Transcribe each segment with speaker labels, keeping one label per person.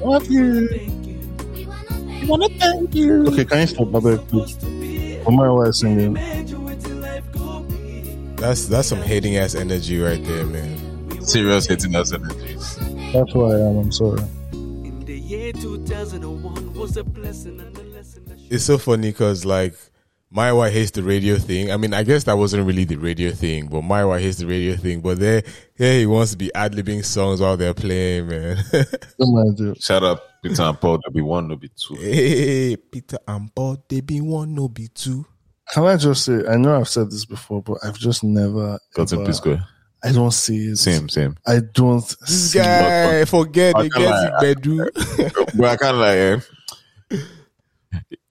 Speaker 1: Love you. We wanna thank you.
Speaker 2: Okay, can you stop, Baba? please? Oh my wife singing.
Speaker 3: That's that's some hating ass energy right there, man. Serious hating ass energy.
Speaker 2: That's who I am. I'm sorry.
Speaker 4: In the year 2001 was a blessing and a lesson that
Speaker 3: It's so funny because like my wife hates the radio thing. I mean, I guess that wasn't really the radio thing, but my wife hates the radio thing. But there, yeah, he wants to be ad libbing songs while they're playing, man.
Speaker 2: Don't mind you.
Speaker 5: Shut up, Peter and Paul. There'll be one, there'll be two.
Speaker 3: hey, Peter and Paul, they be one, no be two.
Speaker 2: Can I just say? I know I've said this before, but I've just never.
Speaker 5: Cotton,
Speaker 2: ever-
Speaker 5: please go.
Speaker 2: I don't see it.
Speaker 5: Same, same.
Speaker 2: I don't.
Speaker 3: This
Speaker 2: see it.
Speaker 3: guy, forget
Speaker 5: I
Speaker 3: they
Speaker 5: can't
Speaker 3: get
Speaker 5: lie.
Speaker 3: it, bedu.
Speaker 5: but I kind of like. eh,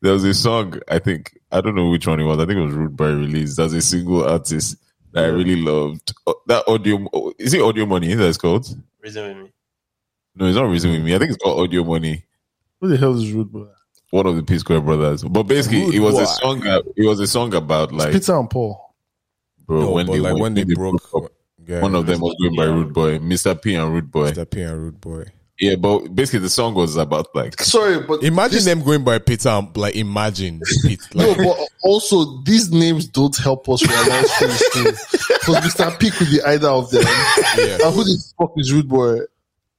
Speaker 5: there was a song I think I don't know which one it was. I think it was Rude Boy released as a single artist that I really loved. Oh, That audio oh, is it Audio Money? Is that it's called?
Speaker 6: Reason with me.
Speaker 5: No, it's not Reason with Me. I think it's called Audio Money.
Speaker 2: Who the hell is rude boy?
Speaker 5: One of the Peace Corps brothers. But basically,
Speaker 3: Rude
Speaker 5: it was
Speaker 3: Boy.
Speaker 5: a song. that- It was a song about
Speaker 2: It's
Speaker 5: like
Speaker 2: Peter and Paul.
Speaker 5: bro,
Speaker 3: No,
Speaker 5: when
Speaker 3: but
Speaker 5: they
Speaker 3: like when they broke,
Speaker 5: up, one of them was doing by Rude Boy, Mr. P and Rude Boy.
Speaker 3: Mr. P and Rude Boy.
Speaker 5: Yeah, but basically the song was about like
Speaker 7: Sorry, but
Speaker 3: Imagine
Speaker 7: this-
Speaker 3: them going by Peter and like imagine Pete,
Speaker 7: No,
Speaker 3: like,
Speaker 7: but also these names don't help us realize things too. Because Mr. P could be either of them.
Speaker 3: yeah.
Speaker 7: And who the fuck is Rude Boy?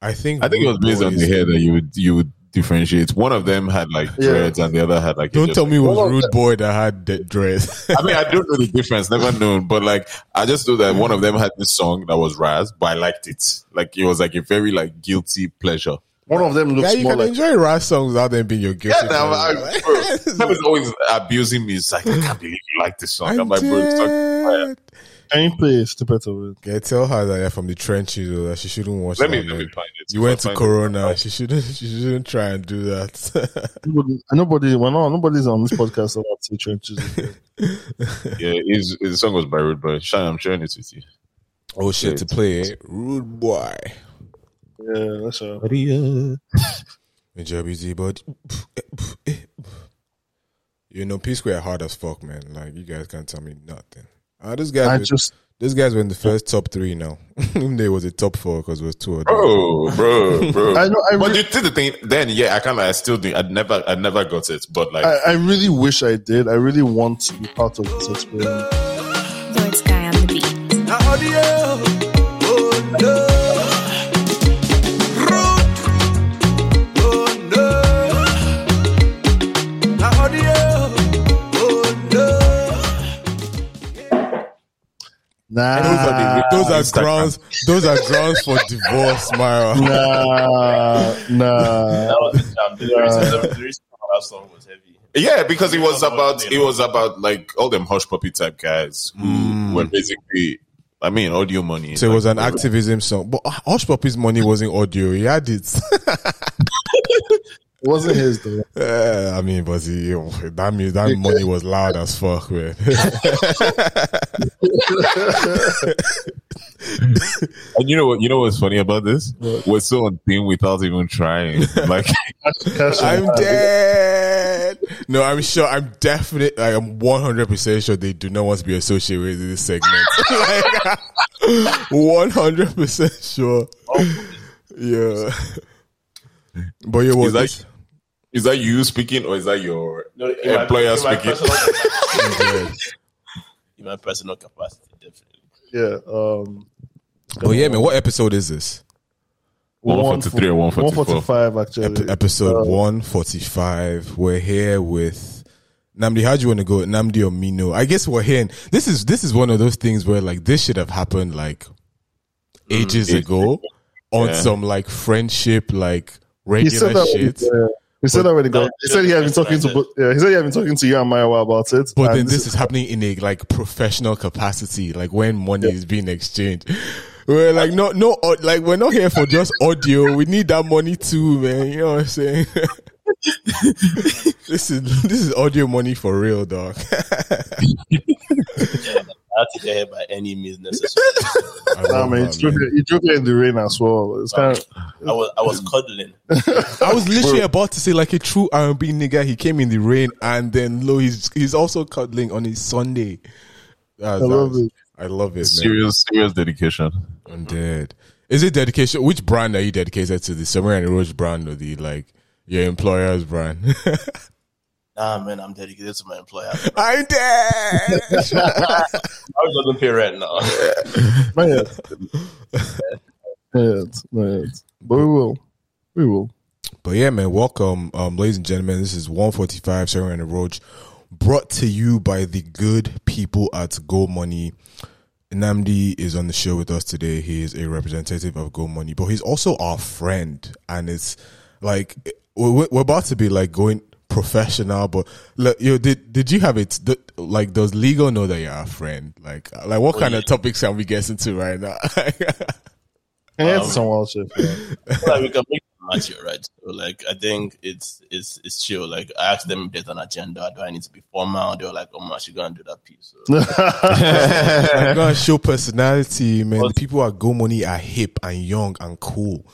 Speaker 3: I think
Speaker 5: I think it was based on the hair that you would you would differentiate. One of them had like
Speaker 7: Yeah.
Speaker 5: dreads and the other had like.
Speaker 3: Don't tell me it
Speaker 7: All
Speaker 3: was
Speaker 7: of
Speaker 3: Rude Boy that had that dress.
Speaker 5: I mean, I don't know the difference. Never known, but like, I just know that one of them had this song that was Raz, but I liked it. Like, it was like a very like guilty pleasure.
Speaker 7: One of them
Speaker 3: yeah,
Speaker 7: looks
Speaker 3: you
Speaker 7: more
Speaker 3: can
Speaker 7: like
Speaker 3: enjoy rap songs without them being your guilty.
Speaker 5: Yeah, now I,
Speaker 3: pleasure.
Speaker 5: bro, Sam is always abusing me. It's like I can't believe you like this song. I'm like, bro, it's not-
Speaker 3: dead.
Speaker 2: Can you play a snippet of it?
Speaker 3: Yeah, tell her that you're from the trenches or that she shouldn't watch.
Speaker 5: let me
Speaker 3: that,
Speaker 5: let me
Speaker 3: man.
Speaker 5: find it.
Speaker 3: You went
Speaker 5: I'll
Speaker 3: to
Speaker 5: find
Speaker 3: Corona.
Speaker 5: it.
Speaker 3: She shouldn't. She shouldn't try and do that.
Speaker 2: Nobody, nobody, well, no, nobody's on this podcast about two trenches.
Speaker 5: Yeah, his, his song was by Rude Boy. Shine, I'm sharing it with you.
Speaker 3: oh shit! To play it, Rude Boy.
Speaker 2: yeah, that's right.
Speaker 3: JBZ, but you know, P Square hard as fuck, man. Like you guys can't tell me nothing. Uh, this guy,
Speaker 2: I
Speaker 3: was-
Speaker 2: just
Speaker 3: these guys were in the first top three. Now there was a top four because it was two of them.
Speaker 5: Bro, bro, bro.
Speaker 2: I know I,
Speaker 5: but
Speaker 2: re-
Speaker 5: you see the thing then yeah i kind of i still do i never i never got it but like
Speaker 2: I, I really wish I did. I really want to be part of this experiment.
Speaker 8: Lord Sky on the beat.
Speaker 3: Those
Speaker 2: Nah,
Speaker 3: are, the- those are
Speaker 5: Instagram.
Speaker 3: grounds. Those are grounds for divorce, Myra.
Speaker 2: nah, nah.
Speaker 6: That was the jam. The reason, the reason that song was heavy.
Speaker 5: yeah because it was about it was about like all them hush puppy type guys who were basically i mean audio money
Speaker 3: Mm. So it was an activism song, but Hush Puppies money wasn't audio. He had it.
Speaker 2: It wasn't his though.
Speaker 3: Uh, I mean, but he, that mu- that money was loud as fuck, man.
Speaker 5: and you know what you know what's funny about this we're so on theme without even trying like
Speaker 2: Cash
Speaker 3: I'm
Speaker 2: in hand.
Speaker 3: dead. No, I'm sure. I'm definite. I am 100 percent sure they do not want to be associated with this segment. 100 percent sure. Yeah. But you was
Speaker 5: Is that- is that you speaking or is that your
Speaker 6: No, in my-
Speaker 5: employer
Speaker 6: in my
Speaker 5: speaking
Speaker 6: personal-
Speaker 3: Yeah.
Speaker 6: in my personal capacity, definitely.
Speaker 2: Yeah. Um,
Speaker 3: But yeah, man. What episode is this?
Speaker 5: 143 or 144?
Speaker 2: 145 actually.
Speaker 3: Ep- episode
Speaker 2: um,
Speaker 3: 145. We're here with Namdi. How do you want to go? Namdi or Mino? I guess we're here. And this is this is one of those things where like this should have happened like ages ago on
Speaker 5: Yeah.
Speaker 3: some like friendship like
Speaker 2: he said
Speaker 3: regular
Speaker 2: that.
Speaker 3: shit.
Speaker 2: yeah. he said that when he got. He said he had been talking to.
Speaker 6: But-
Speaker 2: bo- Yeah, he said he had been talking to you and Maya about it.
Speaker 3: But
Speaker 2: and
Speaker 3: then this is happening in a like professional capacity, like when money is being exchanged. We're like no no au- like we're not here for just audio. We need that money too, man. You know what I'm saying? this is this is audio money for real, dog.
Speaker 6: I have to get here by any means necessary.
Speaker 3: I love
Speaker 2: Nah, man,
Speaker 3: that,
Speaker 2: he drove,
Speaker 3: man.
Speaker 2: here- he drove here in the rain as well. It's kind of
Speaker 6: I was I was cuddling.
Speaker 3: I was literally about to say like a true R&B nigga. He came in the rain and then lo, he's he's also cuddling on his Sunday. That
Speaker 2: I
Speaker 3: was- that
Speaker 2: love
Speaker 3: was-
Speaker 2: it.
Speaker 3: I love it, man.
Speaker 5: serious serious dedication
Speaker 3: I'm dead. Is it dedication? Which brand are you dedicated to? The Samurai and Roach brand or the like your employer's brand?
Speaker 6: Nah, man, I'm dedicated to my employer.
Speaker 3: I'm dead.
Speaker 6: I doesn't pay rent now.
Speaker 2: Not yet. Not yet. Not yet. But we will. We will.
Speaker 3: But yeah, man, welcome, um, ladies and gentlemen. This is 145 Sarah and the Roach, brought to you by the good people at Go Money. Namdi is on the show with us today. He is a representative of Go Money, but he's also our friend. And it's like we're, we're about to be like going professional. But look, yo, did did you have it? th- Like, does legal know that you're our friend? Like, like what kind of topics are we getting to right now?
Speaker 2: And some wild shit. yeah.
Speaker 6: like we can make it match here, right? So, like I think it's it's it's chill. Like I asked them if there's an agenda. Do I need to be formal? They were like, "Oh man, she gonna do that piece." So,
Speaker 3: I'm gonna show personality, man. The people at Go Money are hip and young and cool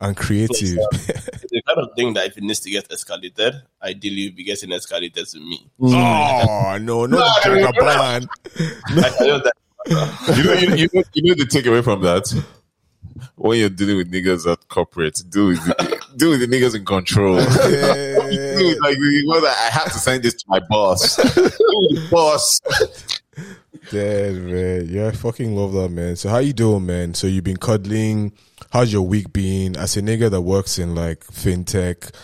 Speaker 3: and creative.
Speaker 6: it's the kind of thing that if it needs to get escalated, ideally it be getting escalated to me.
Speaker 3: oh no, not the Jagaban.
Speaker 6: Like, I know that-
Speaker 5: you, know, you, know- you know, you know the takeaway from that? When you're dealing with niggas at corporate, deal with the, deal with the niggas in control. Deal with, like, you know, that I have to send this to my boss. Deal with the boss.
Speaker 3: Dead man, yeah, I fucking love that man. So how you doing, man? So you've been cuddling. How's your week been? As a nigga that works in like fintech,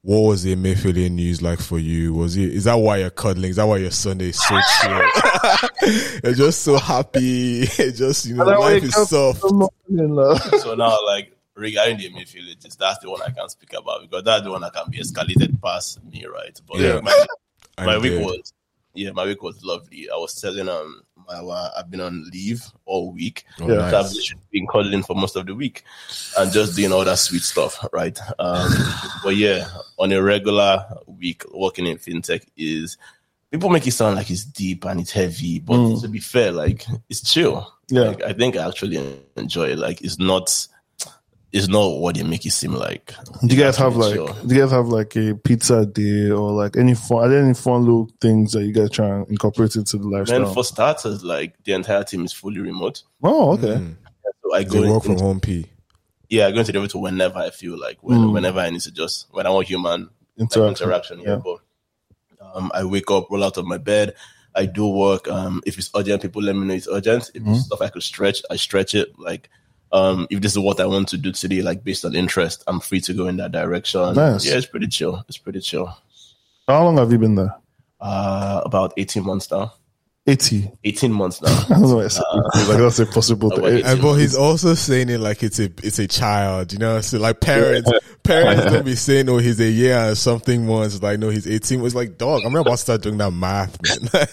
Speaker 3: what was the Mayfield news like for you? Was it is that why you're cuddling? Is that why your Sunday is so chill? you're just so happy. You're just you know, life is soft.
Speaker 2: Come on, you know.
Speaker 6: so now, like regarding the midfield, it's, that's the one I can speak about because that's the one that can be escalated past me, right? But
Speaker 3: Yeah.
Speaker 6: my, my
Speaker 3: I'm
Speaker 6: week
Speaker 3: dead.
Speaker 6: was yeah, my week was lovely. I was telling um my wa- I've been on leave all week.
Speaker 3: Oh,
Speaker 2: Yeah.
Speaker 6: So I've
Speaker 3: nice.
Speaker 6: literally been cuddling for most of the week and just doing all that sweet stuff, right? Um, but yeah, on a regular week, working in fintech is people make it sound like it's deep and it's heavy, but
Speaker 3: Mm.
Speaker 6: to be fair, like it's chill.
Speaker 2: Yeah.
Speaker 6: Like, I think I actually enjoy it. Like it's not, it's not what they make it seem like.
Speaker 2: Do you guys have
Speaker 6: Actually
Speaker 2: like
Speaker 6: chill.
Speaker 2: do you guys have like a pizza day or like any fun are there any fun little things that you guys try and incorporate into the
Speaker 6: Then
Speaker 2: lifestyle?
Speaker 6: for starters, like the entire team is fully remote.
Speaker 2: oh, okay.
Speaker 3: Mm.
Speaker 6: So I
Speaker 3: They
Speaker 6: go
Speaker 3: work from
Speaker 6: into
Speaker 3: home, P.
Speaker 6: yeah, I'm going to be able to whenever I feel like, when,
Speaker 3: Hmm.
Speaker 2: Mm.
Speaker 6: whenever I need to just, when I want human like,
Speaker 2: Interaction.
Speaker 6: interaction. Yeah,
Speaker 2: Yeah.
Speaker 6: but um, I wake up, roll out of my bed, I do work. Um, if it's urgent, people let me know it's urgent. If
Speaker 3: Hmm.
Speaker 6: it's stuff I could stretch, I stretch it. Like, um, if this is what I want to do today, like based on interest, I'm free to go in that direction.
Speaker 2: Nice.
Speaker 6: Yeah, it's pretty chill. It's pretty chill.
Speaker 2: How long have you been there?
Speaker 6: Uh, about 18 months now.
Speaker 2: Eighty.
Speaker 6: 18 months now.
Speaker 2: I don't know. What I said. like that's a possible
Speaker 6: I work
Speaker 2: thing.
Speaker 6: it.
Speaker 3: And but he's also saying it like it's a it's a child, you know. So like parents, parents don't be saying, "Oh, he's a year and something months." Like, no, he's eighteen. It's like, dog, I'm not about to start doing that math, man.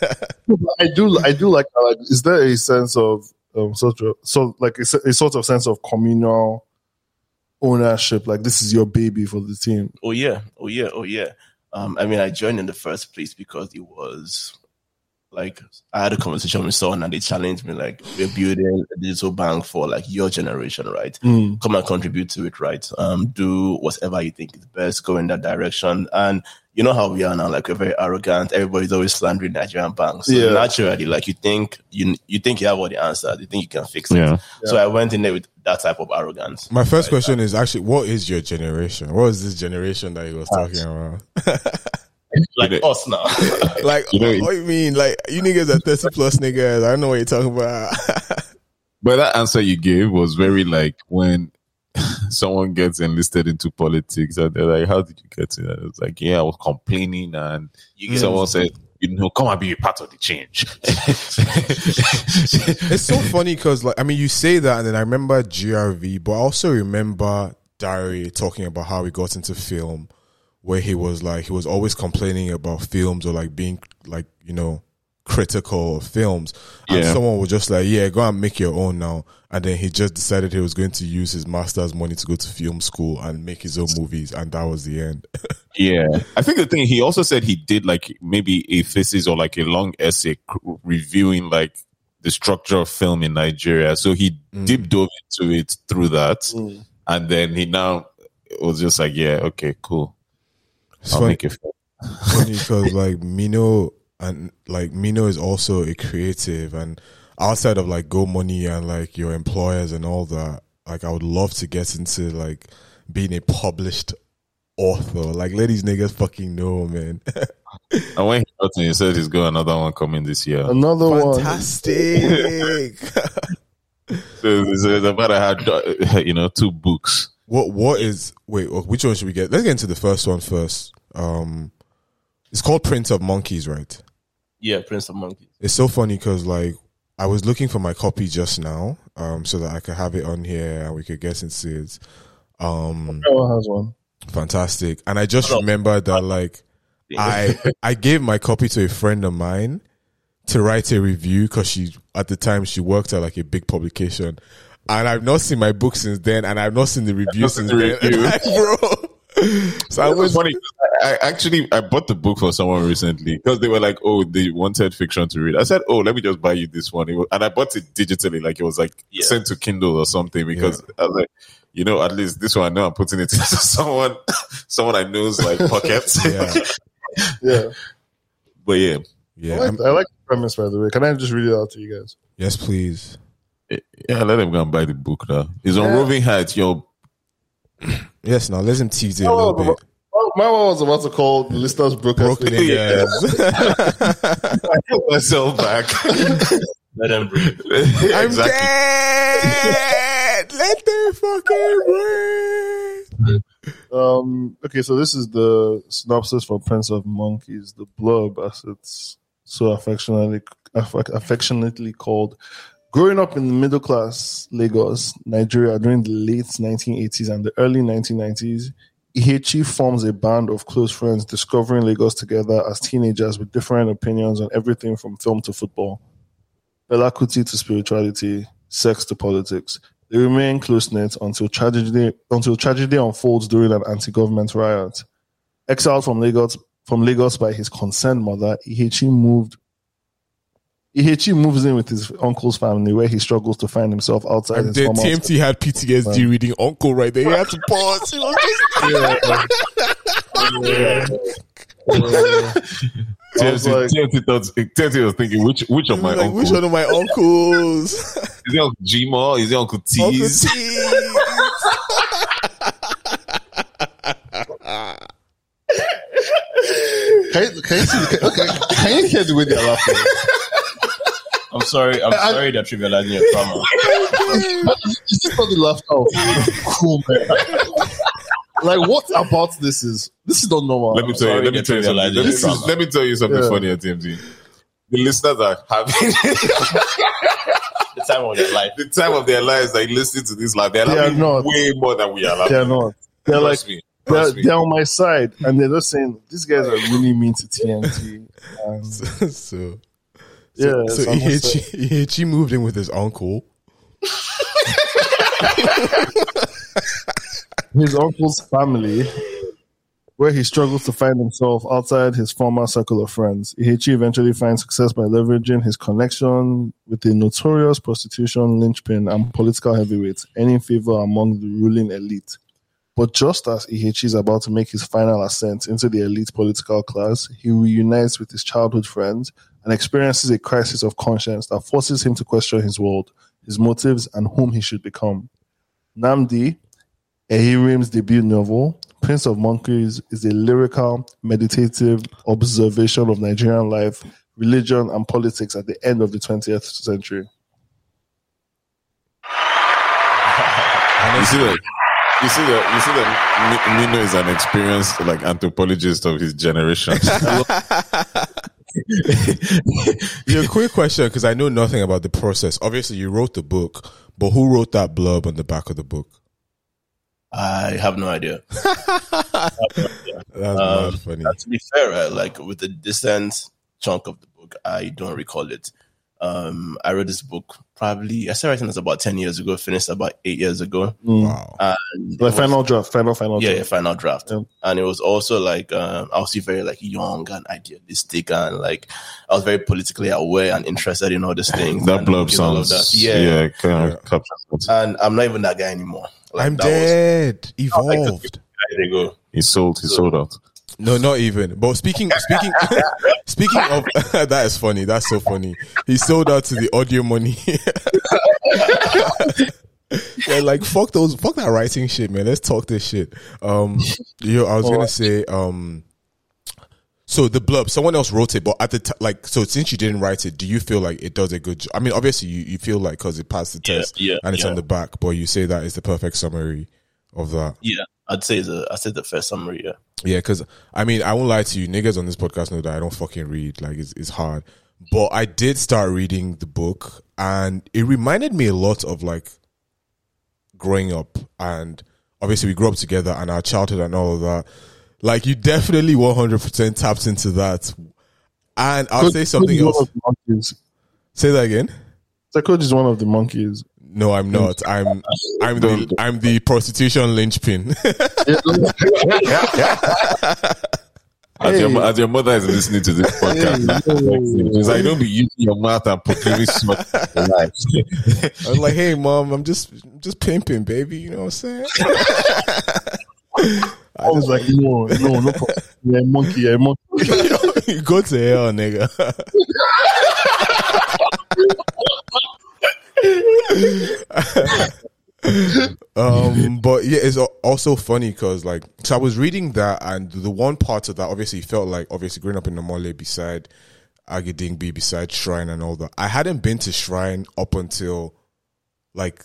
Speaker 2: I do. I do like. uh, like is there a sense of um, sort of so like a, se- a sort of sense of communal ownership? Like this is your baby for the team.
Speaker 6: Oh yeah, oh yeah, oh yeah. Um, I mean, I joined in the first place because it was like I had a conversation with someone and they challenged me like we're building a digital bank for like your generation, right?
Speaker 3: Hmm.
Speaker 6: Come and contribute to it, right? Um, do whatever you think is best, go in that direction. And you know how we are now, like we're very arrogant. Everybody's always slandering Nigerian banks. So
Speaker 2: Yeah.
Speaker 6: naturally, like you think you you think you have all the answers, you think you can fix it.
Speaker 5: Yeah.
Speaker 6: So I went in there with that type of arrogance.
Speaker 3: My first question is actually, what is your generation? What is this generation that he was talking about?
Speaker 6: Like
Speaker 5: You know-
Speaker 6: us now.
Speaker 3: Like,
Speaker 5: You know-
Speaker 3: what do you mean? Like, you niggas are thirty plus niggas. I don't know what you're talking about.
Speaker 5: But that answer you gave was very like when someone gets enlisted into politics and they're like, How did you get to that? It's like, Yeah, I was complaining and
Speaker 6: You get-
Speaker 5: someone said, You know, come and be a part of the change.
Speaker 3: it's so funny because, like, I mean, you say that, and then I remember GRV, but I also remember Diary talking about how he got into film, where he was like, he was always complaining about films or like being like, you know, critical of films. And
Speaker 5: Yeah.
Speaker 3: someone was just like, yeah, go and make your own now. And then he just decided he was going to use his master's money to go to film school and make his own movies, and that was the end.
Speaker 5: Yeah, I think the thing he also said he did like maybe a thesis or like a long essay c- reviewing like the structure of film in Nigeria. So he deep dove into it through that, and then he now was just like, "Yeah, okay, cool,
Speaker 3: It's
Speaker 5: I'll
Speaker 3: funny.
Speaker 5: make it." Film.
Speaker 3: funny because like Mino and like Mino is also a creative and outside of like go money and like your employers and all that Like I would love to get into like being a published author. Like let these niggas fucking know, man.
Speaker 5: I went out and he said he's got another one coming this year.
Speaker 2: Another one.
Speaker 3: Fantastic.
Speaker 5: So it's, it's about a hard, uh, you know, two books.
Speaker 3: what what is wait, wh- which one should we get? Let's get into the first one first. Um it's called Prince of Monkeys, right?
Speaker 6: Yeah, Prince of Monkeys.
Speaker 3: It's so funny because like I was looking for my copy just now, um, so that I could have it on here and we could get into it. Um,
Speaker 2: Everyone has one.
Speaker 3: fantastic. And I just remembered that like I I gave my copy to a friend of mine to write a review because she at the time she worked at like a big publication, and I've not seen my book since then, and I've not seen the review
Speaker 5: not seen
Speaker 3: since
Speaker 5: the
Speaker 3: then,
Speaker 5: review.
Speaker 3: Like, bro. so I
Speaker 5: It was
Speaker 3: was
Speaker 5: funny. 'cause I I actually I bought the book for someone recently because they were like, "Oh, they wanted fiction to read." I said, "Oh, let me just buy you this one," it was, and I bought it digitally, like it was like
Speaker 6: Yeah.
Speaker 5: sent to Kindle or something. Because I was like, you know, at least this one I know I'm putting it into someone, someone I know's like pockets.
Speaker 3: yeah
Speaker 2: Yeah.
Speaker 5: but yeah,
Speaker 2: I
Speaker 3: yeah
Speaker 2: like,
Speaker 3: I'm-
Speaker 2: I like the premise, by the way. Can I just read it out to you guys?
Speaker 3: yes please
Speaker 5: yeah, let them go and buy the book now. It's on Roving Heights. Yo,
Speaker 3: yes now let him tease it a
Speaker 2: Oh,
Speaker 3: little
Speaker 2: but-
Speaker 3: bit
Speaker 2: Oh, my one was about to call the listeners broken.
Speaker 3: broken in yes.
Speaker 5: put myself back.
Speaker 6: Let them breathe.
Speaker 3: I'm dead. Let them fucking breathe.
Speaker 2: Um, okay, so this is the synopsis for Prince of Monkeys, the blurb, as it's so affectionately aff- affectionately called. Growing up in the middle class Lagos, Nigeria during the late 1980s and the early 1990s, Ihechi forms a band of close friends discovering Lagos together as teenagers with different opinions on everything from film to football, Bella Kuti to spirituality, sex to politics. They remain close knit until tragedy until tragedy unfolds during an anti-government riot. Exiled from Lagos from Lagos by his concerned mother, Ihechi moved. Ihechi moves in with his uncle's family, where he struggles to find himself outside
Speaker 3: And
Speaker 2: his
Speaker 3: then
Speaker 2: former.
Speaker 3: TMT had PTSD reading Uncle right there. He had to pause. He was just
Speaker 2: I was like-
Speaker 5: TNT thought- TNT was thinking which which of my
Speaker 3: Oh, like, which
Speaker 5: uncles
Speaker 3: one of my uncles?
Speaker 5: is it Uncle Gmo? Is it Uncle
Speaker 3: Uncle
Speaker 5: T's?
Speaker 3: T.
Speaker 7: Can you, can you, see, can, okay, can you hear the way they're laughing?
Speaker 6: I'm sorry. I'm sorry they're trivializing your trauma.
Speaker 7: Is this not the laughter of cool man? Like, what about this is? This is not normal.
Speaker 5: Let me tell you.
Speaker 6: sorry
Speaker 5: Let me
Speaker 6: that
Speaker 5: tell you
Speaker 6: you
Speaker 5: something.
Speaker 6: realized
Speaker 5: Let me,
Speaker 6: it's drama.
Speaker 5: let me tell you something
Speaker 2: Yeah.
Speaker 5: funny at TMT. The listeners are having
Speaker 6: The time of their life.
Speaker 5: the time of their lives. Like listening to this live, they're
Speaker 2: They are
Speaker 5: laughing
Speaker 2: not.
Speaker 5: way more than we are laughing.
Speaker 2: they're not. They're like
Speaker 5: Trust me.
Speaker 2: they're,
Speaker 5: Trust me.
Speaker 2: they're on my side, and they're just saying these guys are really mean to TNT. And,
Speaker 3: so, so,
Speaker 2: yeah,
Speaker 3: so
Speaker 2: so I'm just like-
Speaker 3: Ihechi, Ihechi moved in with his uncle.
Speaker 2: his uncle's family, where he struggles to find himself outside his former circle of friends. Ihechi eventually finds success by leveraging his connection with the notorious prostitution linchpin and political heavyweight, earning favor among the ruling elite. But just as Ihechi is about to make his final ascent into the elite political class, he reunites with his childhood friends and experiences a crisis of conscience that forces him to question his world, his motives, and whom he should become. Namdi, Ehirim's debut novel, Prince of Monkeys, is a lyrical, meditative observation of Nigerian life, religion, and politics at the end of the 20th century.
Speaker 5: You see that? You see that? You see that? Mi- Nino is an experienced like anthropologist of his generation.
Speaker 3: Your quick question, because I know nothing about the process. Obviously, you wrote the book, but who wrote that blurb on the back of the book?
Speaker 6: I have no idea.
Speaker 3: That's
Speaker 6: Um,
Speaker 3: mad funny.
Speaker 6: Now, to be fair, uh, like with the distant chunk of the book, I don't recall it. Um, I read this book probably I started writing this about ten years ago, finished about eight years ago.
Speaker 3: wow.
Speaker 6: And
Speaker 2: Hmm. The
Speaker 6: it was-
Speaker 2: final draft, final, final
Speaker 6: yeah, yeah,
Speaker 2: draft.
Speaker 6: final draft.
Speaker 2: Yeah.
Speaker 6: And it was also like um, I was still very like young and idealistic and like I was very politically aware and interested in all these things.
Speaker 5: that
Speaker 6: and
Speaker 5: blurb
Speaker 6: in all of
Speaker 5: sounds.
Speaker 6: that.
Speaker 5: Yeah,
Speaker 6: yeah.
Speaker 5: yeah, kind of captures what
Speaker 6: And I'm not even that guy anymore. Like,
Speaker 3: I'm
Speaker 6: that was
Speaker 3: dead. Evolved.
Speaker 6: years ago.
Speaker 5: he sold. He sold out.
Speaker 3: No, not even. But speaking, speaking, speaking of that is funny. That's so funny. He sold out to the audio money. Yeah, like fuck those, fuck that writing shit, man. Let's talk this shit. Um, yo, I was gonna say, um, so the blurb, someone else wrote it, but at the t- like, so since you didn't write it, do you feel like it does a good job? I mean, obviously, you, you feel like because it passed the
Speaker 6: Yeah,
Speaker 3: test
Speaker 6: yeah,
Speaker 3: and it's
Speaker 6: yeah.
Speaker 3: on the back, but you say that is the perfect summary of that.
Speaker 6: Yeah, I'd say the I said the first summary. Yeah,
Speaker 3: Yeah, because I mean, I won't lie to you, niggas on this podcast know that I don't fucking read. Like, it's, it's hard. But I did start reading the book, and it reminded me a lot of like growing up. And obviously, we grew up together and our childhood and all of that. Like, you definitely 100% tapped into that. And I'll
Speaker 2: Coach-
Speaker 3: say
Speaker 2: Coach
Speaker 3: something
Speaker 2: is one
Speaker 3: else.
Speaker 2: of the monkeys.
Speaker 3: Say that again.
Speaker 2: So coach is one of the monkeys.
Speaker 3: No, I'm not. I'm I'm the I'm the prostitution linchpin.
Speaker 5: As, your,
Speaker 2: Hey.
Speaker 5: mo- as your mother is listening to this podcast, it's like don't be using your mouth and proclaiming smut.
Speaker 3: I was like, "Hey, mom, I'm just just pimping, baby. You know what I'm saying?"
Speaker 2: I was like, no, no, no problem. Yeah, monkey, yeah, monkey.
Speaker 3: you go to hell, nigga. um, but yeah, it's al- also funny because like, so I was reading that, and the one part of that obviously felt like obviously growing up in Namole beside Agedingbi, beside Shrine and all that. I hadn't been to Shrine up until like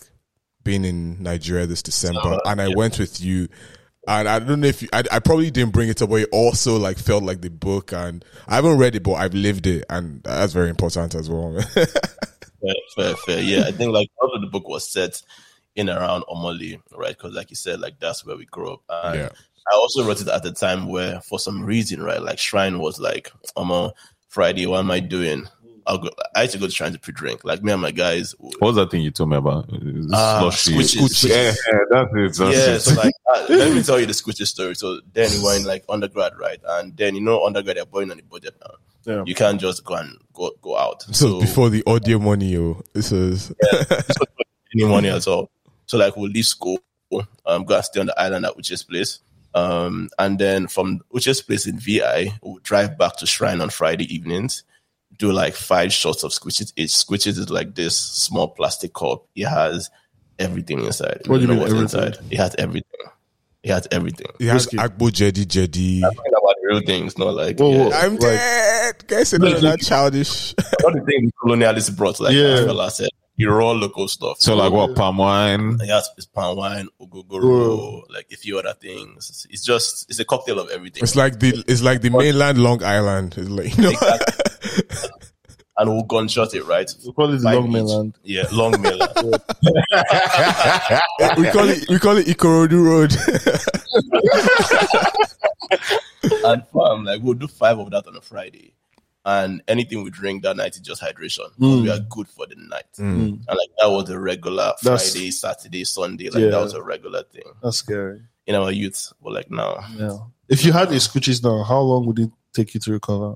Speaker 3: being in Nigeria this December, and I went with you. And I don't know if you, I, I probably didn't bring it up, but it also like felt like the book, and I haven't read it, but I've lived it, and that's very important as well. man.
Speaker 6: fair, fair, fair. Yeah, I think like part of the book was set in around Omoli, right? Because like you said, like that's where we grew up. And
Speaker 3: Yeah.
Speaker 6: I also wrote it at a time where, for some reason, right, like Shrine was like, I'm a Friday. What am I doing? I'll go. I used to go to Shrine to pre-drink. Like me and my guys. would-
Speaker 5: What was that thing you told me about? Uh,
Speaker 6: Ah,
Speaker 5: Slushy.
Speaker 6: squishes, squishes.
Speaker 5: Yeah, yeah, that's it. That's
Speaker 6: yeah,
Speaker 5: it.
Speaker 6: so like, uh, let me tell you the squishy story. So then we were in like undergrad, right? And then you know, undergrad they're borrowing on the budget now.
Speaker 2: Yeah.
Speaker 6: You can't just go and go go out.
Speaker 3: So, before the audio money, yo, this is
Speaker 6: any money at all. So like we'll leave school, um, go and stay on the island at Uche's place. Um, and then from Uche's place in VI, we'll drive back to Shrine on Friday evenings, do like five shots of squishes. Each squishes is like this small plastic cup. It has everything inside.
Speaker 2: What do you
Speaker 6: don't
Speaker 2: mean,
Speaker 6: know what's
Speaker 2: everything?
Speaker 6: It has everything. It has everything.
Speaker 3: it has Agbo Jedi Jedi.
Speaker 6: Talking about real things, not like
Speaker 2: Whoa, whoa.
Speaker 6: yeah.
Speaker 3: I'm dead. Guys, none of that childish.
Speaker 6: all the things the colonialists brought, like
Speaker 2: Yeah.
Speaker 6: Angela said. you raw local stuff.
Speaker 5: So like what palm wine?
Speaker 6: Like, yes, it's palm wine, ogogoro,
Speaker 2: Bro.
Speaker 6: like a few other things. It's- It's just it's a cocktail of everything.
Speaker 3: It's like the it's like the mainland Long Island. It's like you know,
Speaker 6: and we'll gunshot it, right?
Speaker 2: We call it the
Speaker 6: Five
Speaker 2: long
Speaker 6: each.
Speaker 2: mainland.
Speaker 6: Yeah, long mainland.
Speaker 3: we call it we call it Ikorodu Road.
Speaker 6: and fam, like we'll do five of that on a Friday. And anything we drink that night is just hydration. 'cause We are
Speaker 2: Mm.
Speaker 6: good for the night. And like that was a regular
Speaker 2: That's-
Speaker 6: Friday, Saturday, Sunday. Like
Speaker 2: Yeah.
Speaker 6: that was a regular thing
Speaker 2: That's scary.
Speaker 6: in our youth. But like now,
Speaker 2: Yeah. If you had a scoochies now, how long would it take you to recover?